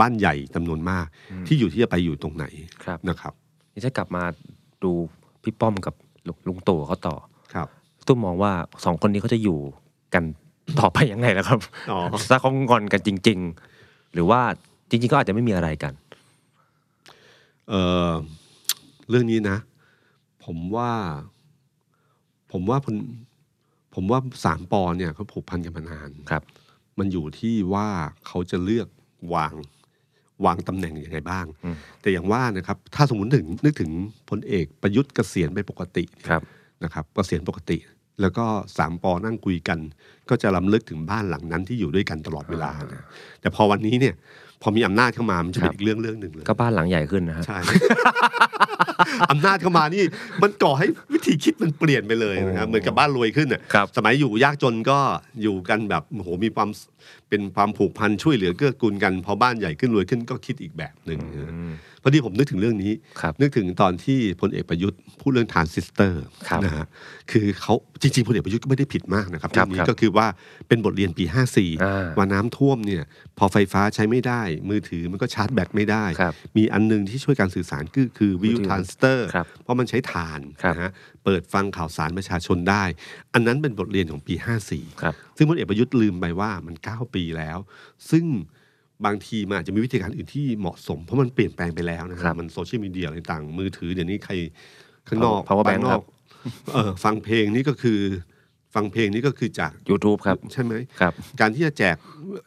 Speaker 2: บ้านใหญ่จำนวนมาก ที่อยู่ที่จะไปอยู่ตรงไหน
Speaker 3: ครับ
Speaker 2: นะครับ
Speaker 3: นี่ถ้ากลับมาดูพี่ป้อมกับลุงลุงตู่เขาต่อ
Speaker 2: ครับ
Speaker 3: ตุ้มมองว่าสองคนนี้เขาจะอยู่กันต่อไปยังไงล่ะครับ
Speaker 2: อ๋อ
Speaker 3: ถ้าเขางอนกันจริง ๆ หรือว่าจริง ๆ ก็อาจจะไม่มีอะไรกัน
Speaker 2: เอ่อเรื่องนี้นะ ผมว่า ผมว่าผมผมว่าสามปอเนี่ยเขาผูกพันกันมานาน
Speaker 3: ครับ
Speaker 2: มันอยู่ที่ว่าเขาจะเลือกวางวางตำแหน่งยังไงบ้าง
Speaker 3: อืม
Speaker 2: แต่อย่างว่านะครับ ถ้าสมมติถึงนึกถึงพลเอกประยุทธ์เกษียณไปปกติ
Speaker 3: ครับ
Speaker 2: นะครับเกษียณปกติ แล้วก็สามปอนั่งคุยกัน ก็จะลำลึกถึงบ้านหลังนั้นที่อยู่ด้วยกันตลอดเวลานะแต่พอวันนี้เนี่ย พอมีอำนาจเข้ามามันจะเป็น
Speaker 3: ครับ
Speaker 2: อีกเรื่องเรื่องหนึ่งเลย
Speaker 3: ก็บ้านหลังใหญ่ขึ้นนะฮะ
Speaker 2: ใช่ อำนาจเข้ามานี่ มันก่อให้วิธีคิดมันเปลี่ยนไปเลยนะครับ
Speaker 3: โอ้
Speaker 2: เหมือนกับบ้านรวยขึ้นอ่ะ
Speaker 3: ครับ
Speaker 2: สมัยอยู่ยากจนก็อยู่กันแบบโอ้โหมีความเป็นความผูกพันช่วยเหลือเกื้อกูลกันพอบ้านใหญ่ขึ้นรวยขึ้นก็คิดอีกแบบหนึ่งนะ
Speaker 3: ม
Speaker 2: พอดีผมนึกถึงเรื่องนี้
Speaker 3: ครับ
Speaker 2: นึกถึงตอนที่พลเอกประยุทธ์พูดเรื่องทรานซิสเตอร์
Speaker 3: ครับ
Speaker 2: นะฮะคือเขาจริงๆพลเอกประยุทธ์ก็ไม่ได้ผิดมากนะครับ
Speaker 3: ครับ
Speaker 2: เองนี้
Speaker 3: ครับ
Speaker 2: ก็คือว่าเป็นบทเรียนปี
Speaker 3: อ่า
Speaker 2: 54 ว่าน้ำท่วมเนี่ยพอไฟฟ้าใช้ไม่ได้ มือถือมันก็ชาร์จแบตไม่ได้
Speaker 3: ครับ
Speaker 2: มีอันหนึงที่ช่วยการสื่อสารก็คือวิวทรานซิสเตอร์
Speaker 3: ครับ
Speaker 2: เพราะมันใช้ฐาน
Speaker 3: ครับ
Speaker 2: นะฮะเปิดฟังข่าวสารประชาชนได้ อันนั้นเป็นบทเรียนของปี
Speaker 3: ครับ
Speaker 2: 54 ซึ่งพลเอกประยุทธ์ลืมไปว่ามัน 9 ปีแล้ว ซึ่งบางทีมันอาจจะมีวิธีการอื่นที่เหมาะสม เพราะมันเปลี่ยนแปลงไปแล้วนะค
Speaker 3: ครั
Speaker 2: รับบ มันโซเชียลมีเดียอะไรต่างมือถือเดี๋ยวนี้ใครข้างนอก
Speaker 3: power bank
Speaker 2: ข้างนอก
Speaker 3: ครับ
Speaker 2: เออฟังเพลงนี่ก็คือ ฟังเพลงนี่ก็คือจาก
Speaker 3: YouTube ครับ
Speaker 2: ใช่ไหม
Speaker 3: ครับ
Speaker 2: การที่จะแจก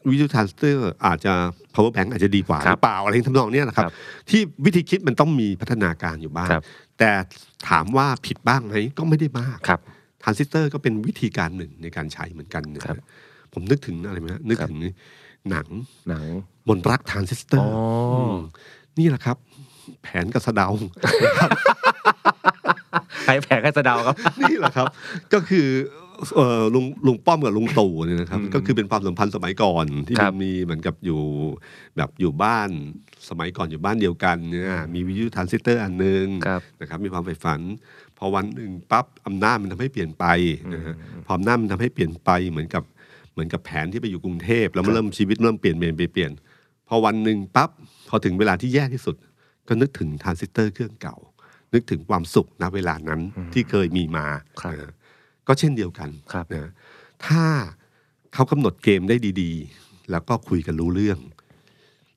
Speaker 2: วิทยุทรานสเตอร์อาจจะ power bank อาจจะดีกว่า
Speaker 3: ค
Speaker 2: ห
Speaker 3: รับ
Speaker 2: รือเปล่าอะไรทำนองเนี้ยนะครับ
Speaker 3: ครับ
Speaker 2: ที่วิธีคิดมันต้องมีพัฒนาการอยู่บ้าง
Speaker 3: ครับ
Speaker 2: แต่ถามว่าผิดบ้างไหมก็ไม่ได้มาก
Speaker 3: ครับ
Speaker 2: ทรานซิสเตอร์ก็เป็นวิธีการหนึ่งในการใช้เหมือนกันนะครับ ผมนึกถึงอะไรไหมฮะนึกถึงหนัง
Speaker 3: หนัง
Speaker 2: มนต์รักทรานซิสเตอ
Speaker 3: อ๋
Speaker 2: ร์
Speaker 3: ออื
Speaker 2: มนี่แหละครับ แผนกระสะเดา
Speaker 3: ใครแผลใครสะเดาครับ
Speaker 2: นี่แหละครับ ก็คือเอ่อลุงลุงป้อมกับลุงตู่เนี่ยนะครับ ก็คือเป็นความสัมพันธ์สมัยก่อนที่
Speaker 3: ครั
Speaker 2: มั
Speaker 3: บ
Speaker 2: นมีเหมือนกับอยู่แบบอยู่บ้านสมัยก่อนอยู่บ้านเดียวกันเนี่ยมีวิทยุทรานซิสเตอร์อันหนึง
Speaker 3: ครับ
Speaker 2: นะครับ มีความใฝ่ฝัน พอวันหนึ่งปั๊บอำนาจมันทำให้เปลี่ยนไปนะฮะพออำนาจมันทำให้เปลี่ยนไปเหมือนกับเหมือนกับแผนที่ไปอยู่กรุงเทพแล้วมันเริ่มชีวิตเริ่มเปลี่ยนเปลี่ยนเปลี่ยนเปลี่ยนพอวันหนึ่งปั๊บพอถึงเวลาที่แย่ที่สุด ก็นึกถึงทรานซิสเตอร์เครื่องเก่า นึกถึงความสุขณเวลานั้นที่เคยมีมา
Speaker 3: ครับ
Speaker 2: นะก็เช่นเดียวกัน
Speaker 3: ครับ
Speaker 2: นะถ้าเขากำหนดเกมได้ดีๆ แล้วก็คุยกันรู้เรื่อง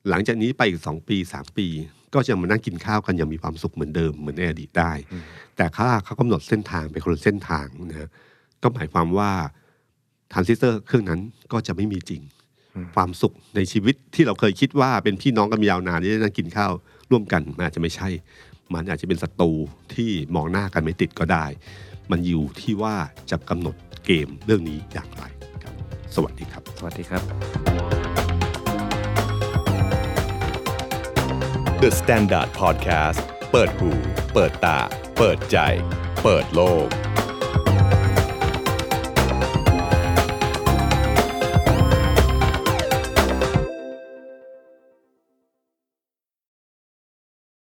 Speaker 2: หลังจากนี้ไปอีกสองปีสามปี ก็จะมานั่งกินข้าวกันอย่างมีความสุขเหมือนเดิมเหมือนในอดีตได้ แต่ถ้าเขากำหนดเส้นทางไปคนละเส้นทางนะฮะก็หมายความว่าทรานซิสเตอร์เครื่องนั้นก็จะไม่มีจริง ความสุขในชีวิตที่เราเคยคิดว่าเป็นพี่น้องกันยาวนานที่ได้นั่งกินข้าวร่วมกันมันอาจจะไม่ใช่ มันอาจจะเป็นศัตรูที่มองหน้ากันไม่ติดก็ได้ มันอยู่ที่ว่าจะกำหนดเกมเรื่องนี้อย่างไรครับ สวัสดีครับ
Speaker 3: สวัสดีครับ
Speaker 1: The Standard Podcast เปิดหูเปิดตา เปิดใจ เปิดโลก